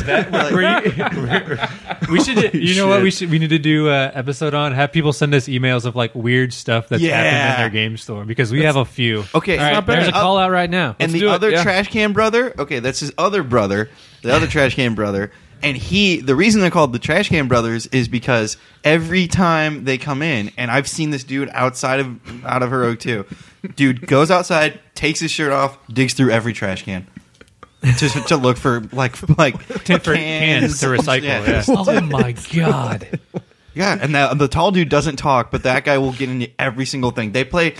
S4: *laughs*
S6: *laughs* we should. You know what? We should. We need to do an episode on have people send us emails of like weird stuff that's happened
S4: Yeah.
S6: in their game store because we have a few.
S4: okay,
S3: All right, there's a call out right
S4: *laughs*
S3: now.
S4: and
S2: do
S4: the
S2: it,
S4: other
S2: yeah.
S4: trash can brother. Okay, that's his other brother, the other trash can brother. And he, the reason they're called the Trash Can Brothers is because every time they come in, and I've seen this dude outside of out of Heroic too. Dude goes outside, takes his shirt off, digs through every trash can to, to look for like like
S6: for cans
S4: *laughs*
S6: to recycle, yeah.
S3: Oh *laughs* my god.
S4: Yeah, and the, the tall dude doesn't talk, but that guy will get into every single thing. They play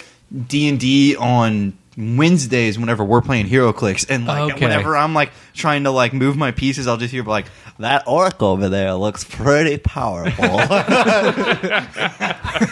S4: D and D on Wednesdays whenever we're playing HeroClix, and like
S3: Okay.
S4: whenever I'm like trying to like move my pieces, I'll just hear like that orc over there looks pretty powerful.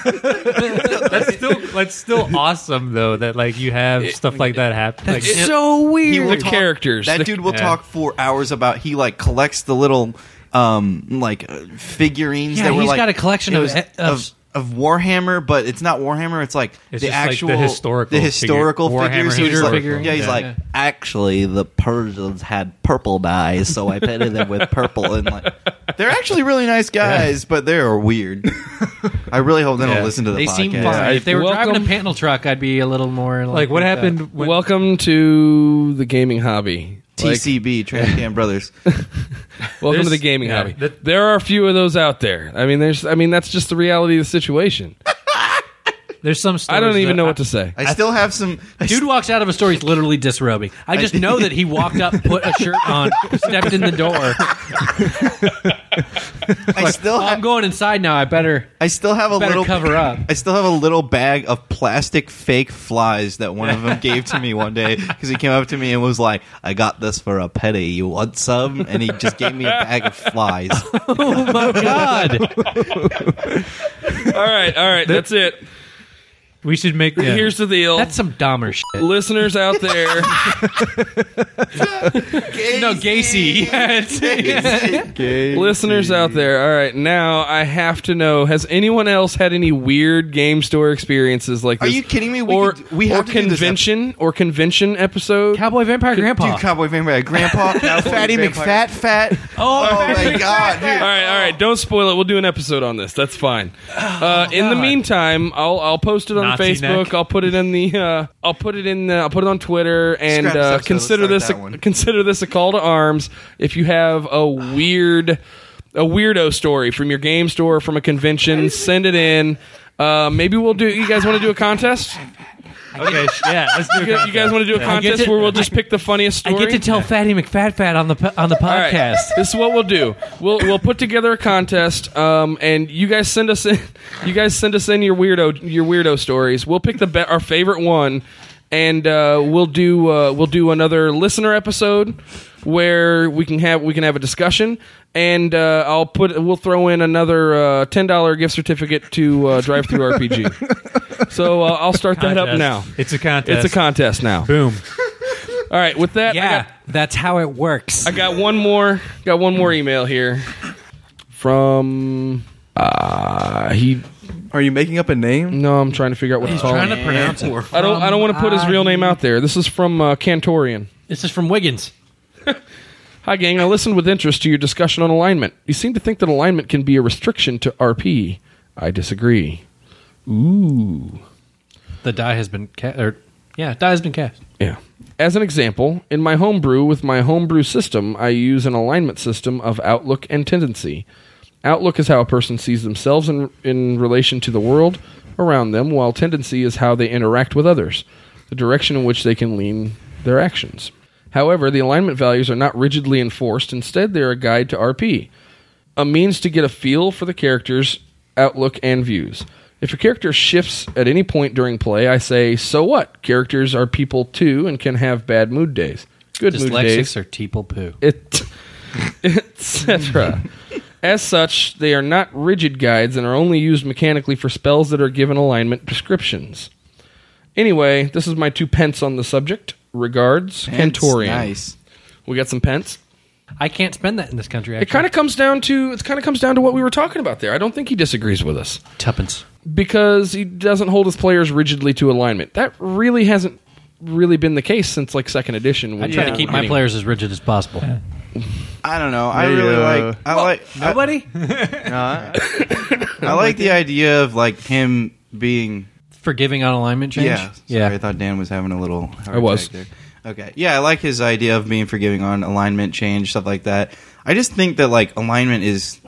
S6: That's still
S4: *laughs*
S6: that's still awesome though that like you have stuff like that happen. Like,
S3: It's so weird.
S2: The characters.
S4: That
S2: The-
S4: dude will
S6: Yeah.
S4: talk for hours about he like collects the little um like uh, figurines.
S3: Yeah,
S4: that were,
S3: he's
S4: like,
S3: got a collection
S4: it
S3: of-
S4: was
S3: of-
S4: of of Warhammer, but it's not Warhammer. It's like
S6: It's
S4: the
S6: just, like, the
S4: actual
S6: historical
S4: the historical
S6: figure- Warhammer
S4: figures. He was, like,
S6: historical.
S4: yeah, he's
S6: Yeah.
S4: like
S3: Yeah.
S4: actually the Persians had purple dyes, so I painted them with purple. And like *laughs* they're actually really nice guys, but they are weird. I really hope they don't
S6: Yeah.
S4: listen to the
S3: they
S4: podcast.
S3: seem fine.
S2: Yeah,
S3: if they were driving
S2: welcome-
S3: a panel truck, I'd be a little more like.
S6: like what happened? When,
S2: Welcome to the gaming hobby. Like,
S4: TCB Trash Can Brothers.
S2: welcome to the
S6: There's-
S2: gaming
S6: yeah,
S2: hobby.
S6: that-
S2: there are a few of those out there. I mean, there's. I mean, that's just the reality of the situation.
S6: there's some.
S2: I
S6: stores
S2: don't even
S6: that-
S2: know what to say.
S4: I still have some. I
S3: Dude walks out of a store. He's literally disrobing. I just know that he walked up, put a shirt
S4: *laughs*
S3: on, stepped in the door.
S4: I still
S3: Oh, I'm
S4: have.
S3: going inside now. I better
S4: I still have a
S3: better
S4: little *clears throat*
S3: cover up.
S4: I still have a little bag of plastic fake flies that one
S3: *laughs*
S4: of them gave to me one day because he came up to me and was like, "I got this for a penny. You want some?" And he just gave me a bag of flies.
S3: Oh my god.
S2: all right, all right, that's it.
S6: We should make. Yeah.
S2: Here's the deal.
S3: That's some Dahmer shit.
S2: listeners out
S3: *laughs*
S2: there.
S3: No,
S2: *laughs*
S3: Gacy.
S2: listeners out there all right now i have to know has anyone else had any weird game store experiences like
S4: Are
S2: this
S4: you kidding me? We
S2: or
S4: could- we
S2: or
S4: have to do this ep-
S2: convention or convention episode
S3: Cowboy Vampire Grandpa.
S4: Dude, *laughs* Cowboy Vampire *laughs* Grandpa, Fatty McFat
S3: *laughs*
S4: Fat. Oh, my god, dude.
S2: all right all right don't spoil it we'll do an episode on this that's fine
S3: Oh,
S2: uh, in the meantime i'll i'll post it on
S6: Nazi
S2: facebook
S6: neck.
S2: i'll put it in the uh, i'll put it in the, i'll put it on twitter and
S4: Scrap this
S2: uh,
S4: episode,
S2: consider
S4: let's
S2: this
S4: start that
S2: a,
S4: one.
S2: consider this a call to arms if you have a weird a weirdo story from your game store from a convention send it in uh, maybe we'll do you guys want to do a contest
S6: Okay, sh- yeah, let's do a
S2: You guys, you guys want to do a
S3: I get
S2: contest
S3: to-
S2: where we'll just pick the funniest
S3: I
S2: story?
S3: get to tell Fatty McFatfat on the po- on the
S2: All right,
S3: podcast.
S2: This is what we'll do. We'll we'll put together a contest, um, and you guys send us in. *laughs* You guys send us in your weirdo your weirdo stories. We'll pick the be- our favorite one, and uh, we'll do uh, we'll do another listener episode where we can have we can have a discussion, and uh, I'll put we'll throw in another uh, ten dollar gift certificate to uh, Drive Through
S3: *laughs*
S2: RPG. So uh, I'll start that up
S6: contest.
S2: now.
S6: It's a contest.
S2: It's a contest
S3: *laughs*
S2: now.
S6: Boom.
S2: All right, with that, I
S3: Yeah,
S2: got-
S3: that's how it works.
S2: I got one more. Got one more email here from. Uh, he.
S5: Are you making up a name?
S2: No, I'm trying to figure out what to call him.
S3: to pronounce it.
S2: I don't. I don't want to put his real name out there. This is from uh, Cantorian.
S3: This is from Wiggins.
S2: Hi, gang. I listened with interest to your discussion on alignment. You seem to think that alignment can be a restriction to RP. I disagree. Ooh.
S3: The die has been cast. Or, yeah, die has been cast.
S2: Yeah. As an example, in my homebrew with my homebrew system, I use an alignment system of outlook and tendency. Outlook is how a person sees themselves in, in relation to the world around them, while tendency is how they interact with others, the direction in which they can lean their actions. However, the alignment values are not rigidly enforced, instead, they are a guide to RP a means to get a feel for the character's outlook and views. If a character shifts at any point during play, I say, so what? Characters are people too and can have bad mood days, good mood days,
S3: Dyslexics or teeple poo.
S2: *laughs* it, etc. As such, they are not rigid guides and are only used mechanically for spells that are given alignment descriptions. Anyway, this is my two pence on the subject. Regards, Cantorian.
S4: Nice.
S2: We got some pence.
S3: I can't spend that in this country.
S2: It kind of comes down to it. Kind of comes down to what we were talking about there. I don't think he disagrees with us
S3: of tuppence.
S2: because he doesn't hold his players rigidly to alignment. That really hasn't really been the case since like second edition.
S3: I try to keep my players as rigid as possible.
S4: I don't know. I
S5: They,
S4: really
S5: uh,
S4: like. I like. I, *laughs*
S3: Nobody
S4: I like the idea of like him being.
S3: forgiving on alignment change.
S4: Yeah. Sorry,
S3: yeah.
S4: I thought Dan was having a little. heart
S2: I was.
S4: attack there. Okay. Yeah, I like his idea of being forgiving on alignment change stuff like that. I just think that like alignment is.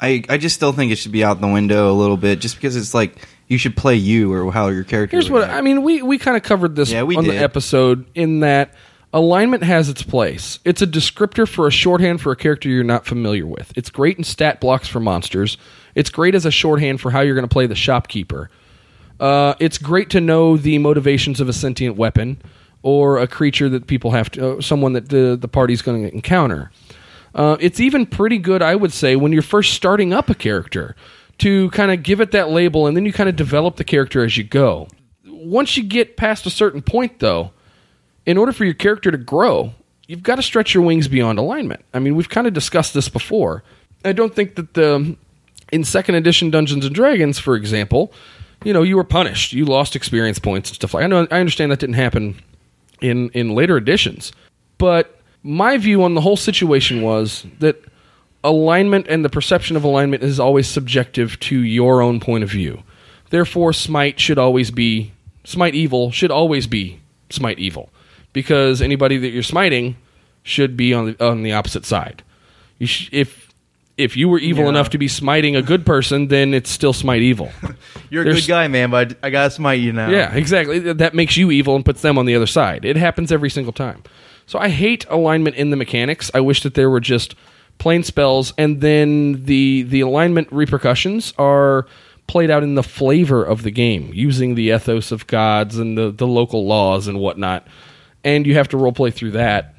S4: I I just still think it should be out the window a little bit, just because it's like you should play you or how your character.
S2: Here's
S4: would
S2: what
S4: act.
S2: I mean. We we kind of covered this
S4: Yeah, we
S2: on the
S4: did.
S2: episode in that alignment has its place. It's a descriptor for a shorthand for a character you're not familiar with. It's great in stat blocks for monsters. It's great as a shorthand for how you're going to play the shopkeeper. Uh, it's great to know the motivations of a sentient weapon or a creature that people have to, uh, someone that the the party's going to encounter. Uh, it's even pretty good, I would say, when you're first starting up a character to kind of give it that label, and then you kind of develop the character as you go. Once you get past a certain point, though, in order for your character to grow, you've got to stretch your wings beyond alignment. I mean, we've kind of discussed this before. I don't think that the in second edition Dungeons and Dragons, for example, you know, you were punished. You lost experience points and stuff like. I know I understand that didn't happen in in later editions, but my view on the whole situation was that alignment and the perception of alignment is always subjective to your own point of view. Therefore, smite should always be smite evil should always be smite evil because anybody that you're smiting should be on the on the opposite side. You sh- if if you were evil enough to be smiting a good person, then it's still smite evil.
S5: You're a
S2: There's-
S5: good guy, man, but I gotta smite you now.
S2: Yeah, exactly. Th- That makes you evil and puts them on the other side. It happens every single time. So I hate alignment in the mechanics. I wish that there were just plain spells, and then the the alignment repercussions are played out in the flavor of the game, using the ethos of gods and the the local laws and whatnot. And you have to roleplay through that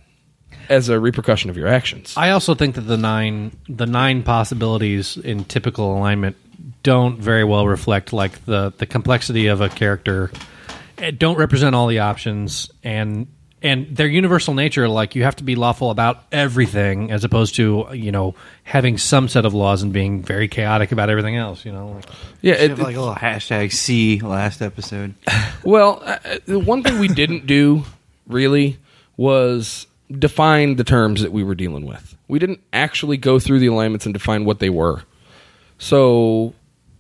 S2: as a repercussion of your actions.
S3: I also think that the nine the nine possibilities in typical alignment don't very well reflect like the the complexity of a character. eh, Don't represent all the options and and their universal nature like you have to be lawful about everything as opposed to you know having some set of laws and being very chaotic about everything else you know like,
S2: yeah,
S4: Should
S2: it-
S4: have like a little hashtag C last episode.
S2: Well, uh, uh, the one thing we didn't do really was define the terms that we were dealing with. We didn't actually go through the alignments and define what they were. So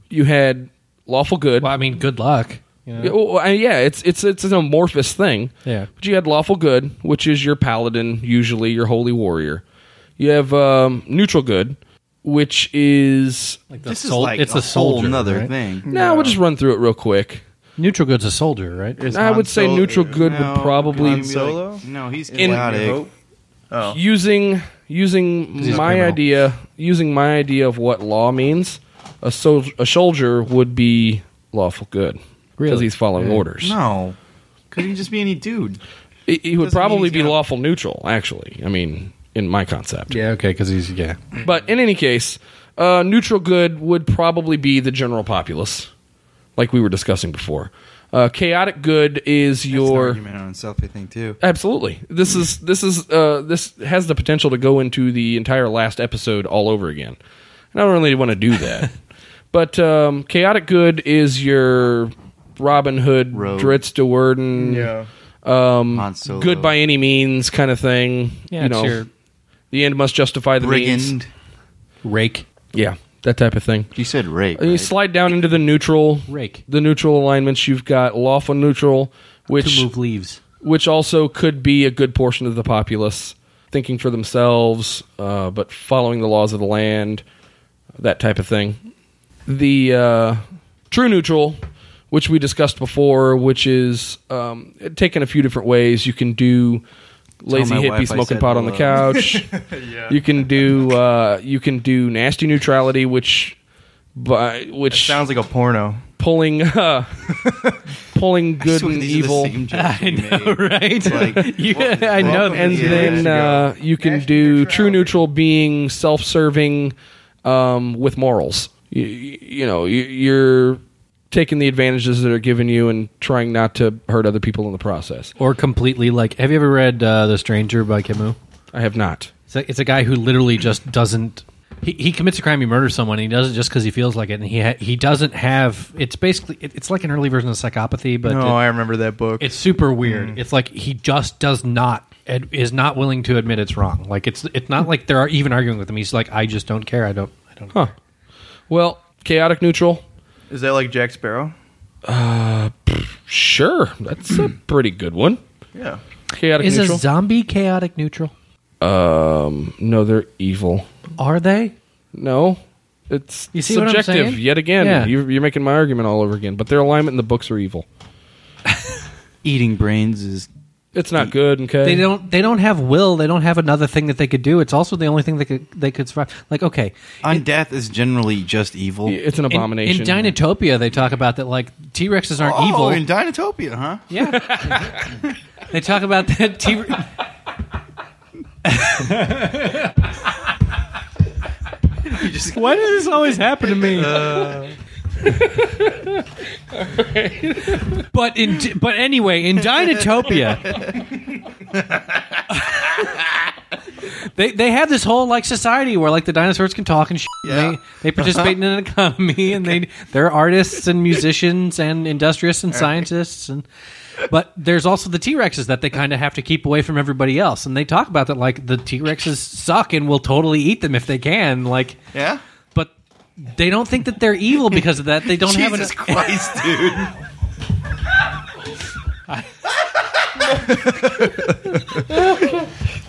S2: you had lawful good.
S3: well i mean good luck you know
S2: Yeah, well, I- yeah, it's it's it's an amorphous thing.
S3: Yeah.
S2: But you had lawful good, which is your paladin, usually your holy warrior. You have um, neutral good, which is
S3: like the
S4: This
S3: sol-
S4: is like
S3: it's
S4: a
S3: the soldier
S4: whole another
S3: right?
S4: thing.
S2: No, we'll just run through it real quick.
S3: Neutral Good's a soldier, right?
S5: Is
S2: I
S5: Han
S2: would say
S5: Solo-
S2: neutral good
S4: uh, No,
S2: would probably
S5: Han Solo?
S4: No, he's
S2: In-
S4: chaotic.
S5: Oh.
S2: using using
S3: a
S2: my
S3: criminal.
S2: idea using my idea of what law means. A sol- a soldier would be lawful good because
S3: Really?
S2: he's following orders.
S4: No, couldn't just be any dude.
S2: He, he would
S4: Doesn't mean
S2: probably
S4: he's
S2: be
S4: not-
S2: lawful neutral. Actually, I mean, in my concept.
S3: Yeah, okay, because he's yeah.
S2: But in any case, uh, neutral good would probably be the general populace, like we were discussing before. Uh, chaotic good is
S4: That's an
S2: your
S4: argument on itself, I think too.
S2: absolutely. This is this is uh, this has the potential to go into the entire last episode all over again, and I don't really want to do
S4: *laughs*
S2: that. but um, chaotic good is your Robin Hood,
S4: Rogue.
S2: Dritz de Warden,
S5: Yeah.
S2: Mm.
S4: Han Solo.
S2: good by any means kind of thing.
S3: Yeah,
S2: you
S3: it's
S2: know,
S3: your
S2: the end must justify the means.
S4: brigand.
S3: rake.
S2: Yeah, that type of thing.
S4: You said rape.
S2: And You
S4: right?
S2: slide down into the neutral
S3: Rake.
S2: the neutral alignments. You've got lawful neutral,
S3: To
S2: which
S3: move leaves.
S2: which also could be a good portion of the populace thinking for themselves, uh, but following the laws of the land, that type of thing. The uh, true neutral, which we discussed before, which is um, taken a few different ways. You can do lazy
S4: my
S2: hippie
S4: wife I
S2: smoking
S4: said
S2: pot on the
S4: hello. *laughs*
S2: couch. You can do uh, you can do nasty neutrality, which by which
S5: Sounds like a porno.
S2: pulling
S4: *laughs*
S2: uh, pulling good
S4: Swear
S2: and
S4: these are the
S2: evil.
S4: same jokes you made.
S3: *laughs* right?
S4: Like,
S3: yeah,
S4: what-
S3: I know.
S4: welcome
S2: and
S4: Yeah,
S2: then uh, you can do true neutral being self-serving um, with morals. You, you know, you, you're taking the advantages that are given you and trying not to hurt other people in the process.
S3: Or completely like, have you ever read uh, The Stranger by Camus?
S2: I have not.
S3: It's a, it's a guy who literally just doesn't. He, he commits a crime, he murders someone. and He does it just because he feels like it, and he ha- he doesn't have. It's basically it, it's like an early version of psychopathy, but
S5: No,
S3: it-
S5: Oh, I remember that book.
S3: it's super weird. It's like he just does not ad- is not willing to admit it's wrong. Like it's it's not like they're even arguing with him. He's like, I just don't care. I don't. I don't.
S2: Huh. Well, chaotic neutral.
S5: Is that like Jack Sparrow?
S2: Sure, that's a pretty good one.
S5: Yeah.
S2: Chaotic
S3: Is
S2: neutral. Mm,
S3: a zombie chaotic neutral?
S2: no, they're evil.
S3: Are they?
S2: No. It's
S3: You see what I'm
S2: subjective
S3: saying?
S2: yet again.
S3: Yeah.
S2: You're, you're making my argument all over again. But their alignment in the books are evil.
S4: Eating brains is
S2: It's not good. Okay.
S3: They don't. They don't have will. They don't have another thing that they could do. It's also the only thing they could they could survive. Like okay,
S4: undeath is generally just evil.
S2: It's an
S3: In-
S2: abomination.
S3: In, Dinotopia, they talk about that like T Rexes aren't
S4: oh,
S3: evil.
S4: in Dinotopia, huh?
S3: yeah, they talk about that T.
S6: *laughs*
S3: *laughs*
S6: Why does this always happen to me?
S3: But in but anyway,
S4: *laughs*
S3: in Dinotopia, they they have this whole like society where like the dinosaurs can talk and shit.
S4: Yeah.
S3: They, they participate in an economy and they they're artists and musicians and industrious and scientists and but there's also the T-Rexes that they kind of have to keep away from everybody else and they talk about that like the T-Rexes suck and will totally eat them if they can like
S4: Yeah.
S3: but they don't think that they're evil because of that they don't have an
S4: Jesus *laughs* Christ, dude.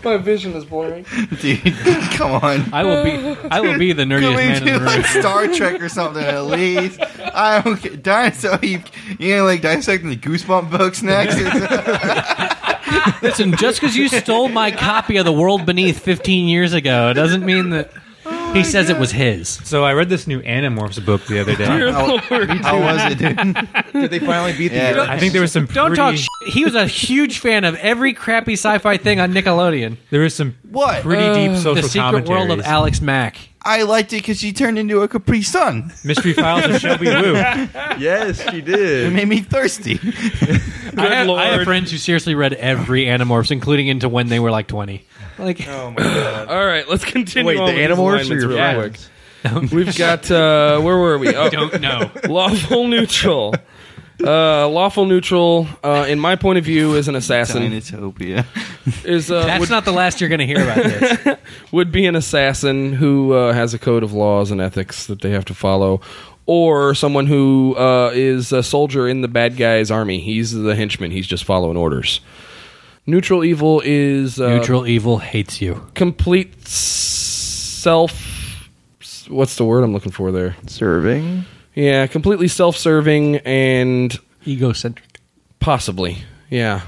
S2: My vision is blurring.
S4: Dude,
S3: *laughs*
S4: come on.
S3: I will be I will be the nerdiest
S4: Can
S3: man
S4: we
S3: in
S4: do
S3: the room.
S4: like Star Trek or something at least? I don't care. Dinosaur, you, you know, like dissecting the Goosebump books next?
S3: Listen, just because you stole my copy of The World Beneath 15 years ago doesn't mean that he says it was his.
S6: so I read this new Animorphs book the other day.
S4: How was it, dude?
S5: Did they finally beat
S4: Yeah.
S5: the
S6: I think there was some
S3: Don't talk.
S6: pretty,
S3: Sh- he was a huge fan of every crappy sci-fi thing on
S2: *laughs*
S3: Nickelodeon.
S6: there was some
S4: What?
S6: pretty deep
S3: Uh, the
S6: social
S3: Secret World of *laughs*
S6: commentaries.
S3: Alex Mack.
S4: I liked it because she turned into a Capri Sun.
S6: Mystery Files of
S3: *laughs*
S6: Shelby Woo. I,
S5: Yes, she
S4: It
S5: did.
S4: made me thirsty.
S3: I have, I have
S2: lord.
S3: friends who seriously read every Animorphs, including into when they were like 20. Like,
S2: Oh. All right, let's continue.
S5: Wait, the
S2: on with these
S5: Animorphs or your
S2: alignments real quick. *laughs* We've got uh, where were we? Oh,
S3: don't *laughs* know.
S2: lawful neutral. Uh, lawful neutral, uh, in my point of view, is an assassin.
S4: Dinotopia.
S2: Is uh,
S3: That's
S2: would,
S3: not the *laughs* last you're going to hear about this.
S2: would be an assassin who uh, has a code of laws and ethics that they have to follow, or someone who uh, is a soldier in the bad guy's army. He's the henchman. He's just following orders. Neutral evil is uh,
S3: Neutral evil hates you.
S2: complete s- self s- what's the word i'm looking for there
S5: Serving.
S2: yeah completely self-serving and
S3: Egocentric.
S2: Possibly, yeah.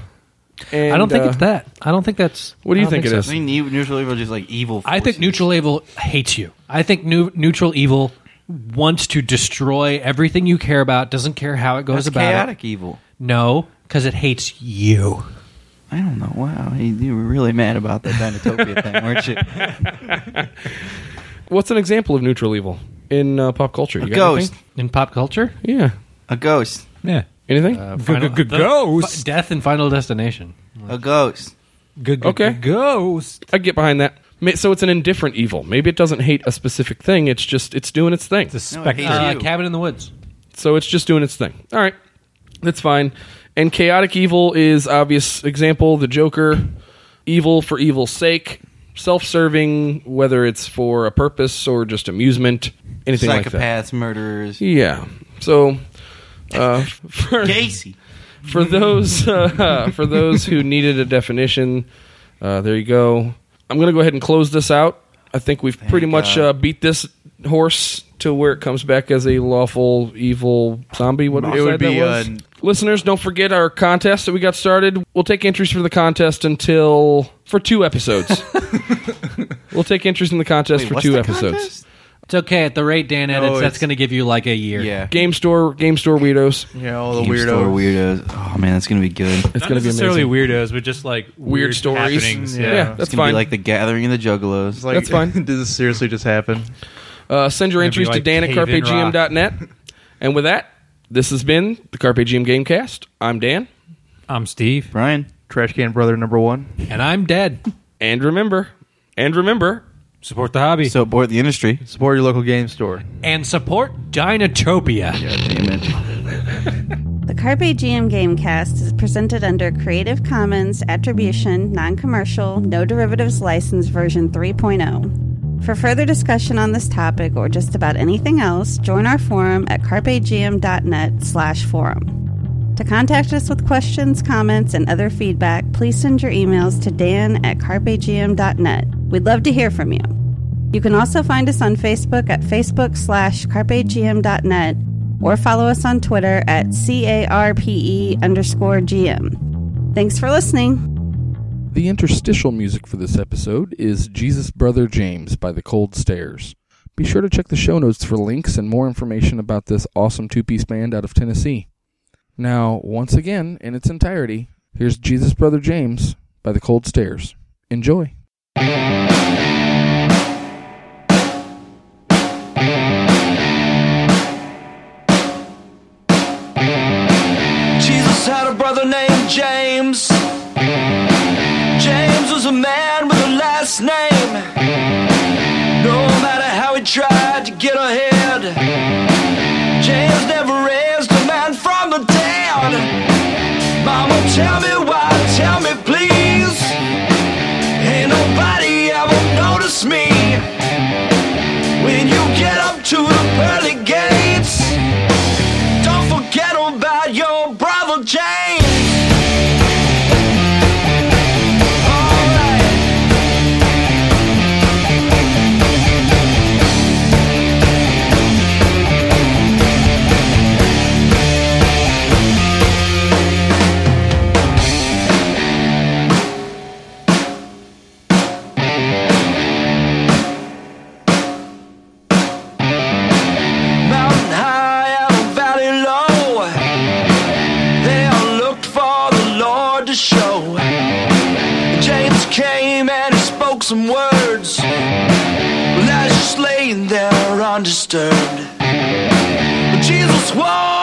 S2: And,
S3: I don't think
S2: uh,
S3: it's that. I don't think that's.
S2: What do you
S3: I don't
S2: think it
S3: so.
S2: is?
S4: I mean, new- neutral evil is just like evil.
S3: I think
S4: forces.
S3: neutral evil hates you. I think new, neutral evil wants to destroy everything you care about. Doesn't care how it goes
S4: That's
S3: about
S4: chaotic
S3: it.
S4: evil.
S3: No, because it hates you.
S4: I don't know. Wow, you, you were really mad about that Dinotopia thing, weren't you?
S2: What's an example of neutral evil in uh, pop culture? You
S4: A
S2: got
S4: ghost.
S3: In pop culture,
S2: anything? Yeah.
S4: A ghost.
S6: Yeah.
S2: Anything?
S4: Uh,
S6: Uh,
S3: Final-
S6: G- g-
S3: the-
S6: ghost.
S3: fi- death, and Final Destination.
S4: A ghost.
S6: G- g-
S2: Okay.
S6: g- Ghost.
S2: I get behind that. Ma- So it's an indifferent evil. Maybe it doesn't hate a specific thing. It's just it's doing its thing.
S6: The
S4: No, it
S6: specter.
S4: hates
S3: Uh,
S4: you.
S3: Cabin in the Woods.
S2: So it's just doing its thing. All right, that's fine. And chaotic evil is obvious example. The Joker, evil for evil's sake, self-serving, whether it's for a purpose or just amusement, anything like that.
S4: Psychopaths, murderers.
S2: Yeah. So uh, *laughs* for
S4: Gacy.
S2: for those *laughs* uh, for those who needed a definition, uh, there you go. I'm gonna go ahead and close this out. I think we've pretty much uh,
S4: God.
S2: beat this horse to where it comes back as a lawful evil zombie. What
S5: It
S2: side
S5: would be,
S2: that was?
S5: uh,
S2: Listeners, don't forget our contest that we got started. We'll take entries for the contest until for two episodes. we'll take entries in the contest
S4: Wait,
S2: for
S4: what's
S2: two
S4: the
S2: episodes.
S4: contest?
S3: It's okay at the rate Dan edits. that's
S4: it's-
S3: going to give you like a year.
S4: Yeah.
S2: Game store, game store weirdos.
S5: Yeah, all the
S4: Game
S5: weirdos.
S4: store weirdos. Oh man, *laughs* that's gonna be good. It's
S2: It's
S6: Not
S2: going to be
S6: necessarily
S2: amazing.
S6: weirdos, but just like weird,
S2: Weird stories.
S6: happenings.
S5: Yeah.
S6: Yeah.
S2: Yeah, that's
S4: gonna
S2: fine.
S4: be like the Gathering of the Juggalos.
S5: It's like,
S2: That's fine.
S5: Did *laughs* this seriously just happen?
S2: Uh, send your
S6: Maybe
S2: entries to
S6: like
S2: dan at
S6: Cave in
S2: carpegm.net. And with that, this has been the Carpe Gm Gamecast. I'm Dan.
S6: I'm Steve.
S4: Brian.
S5: Trash can brother number one.
S3: And I'm dead.
S2: And remember, and remember,
S6: Support the hobby.
S4: So bored the industry.
S5: Support your local game store.
S3: and support Dinotopia.
S4: Damn it.
S8: The Carpe GM Gamecast is presented under Creative Commons Attribution, Non Commercial, No Derivatives License version 3.0. For further discussion on this topic or just about anything else, join our forum at carpegm.net slash forum. To contact us with questions, comments, and other feedback, please send your emails to dan at carpegm.net. We'd love to hear from you. You can also find us on Facebook at facebook slash carpegm.net or follow us on Twitter at CARPE E underscore GM. Thanks for listening.
S2: The interstitial music for this episode is Jesus Brother James by The Cold Stairs. Be sure to check the show notes for links and more information about this awesome two piece band out of Tennessee. Now, once again, in its entirety, here's Jesus Brother James by The Cold Stairs. Enjoy.
S7: Jesus had a brother named James. James was a man with a last name. No matter how he tried to get ahead, James never raised a man from the town. Mama, tell me why, tell me please. Ain't nobody ever noticed me. When you get up to the pearly gates, don't forget about your brother James. Alright. Mountain high and valley low, they all looked for the Lord to show. James came and he spoke some words. Well, as you slain there undisturbed, Jesus was. Oh,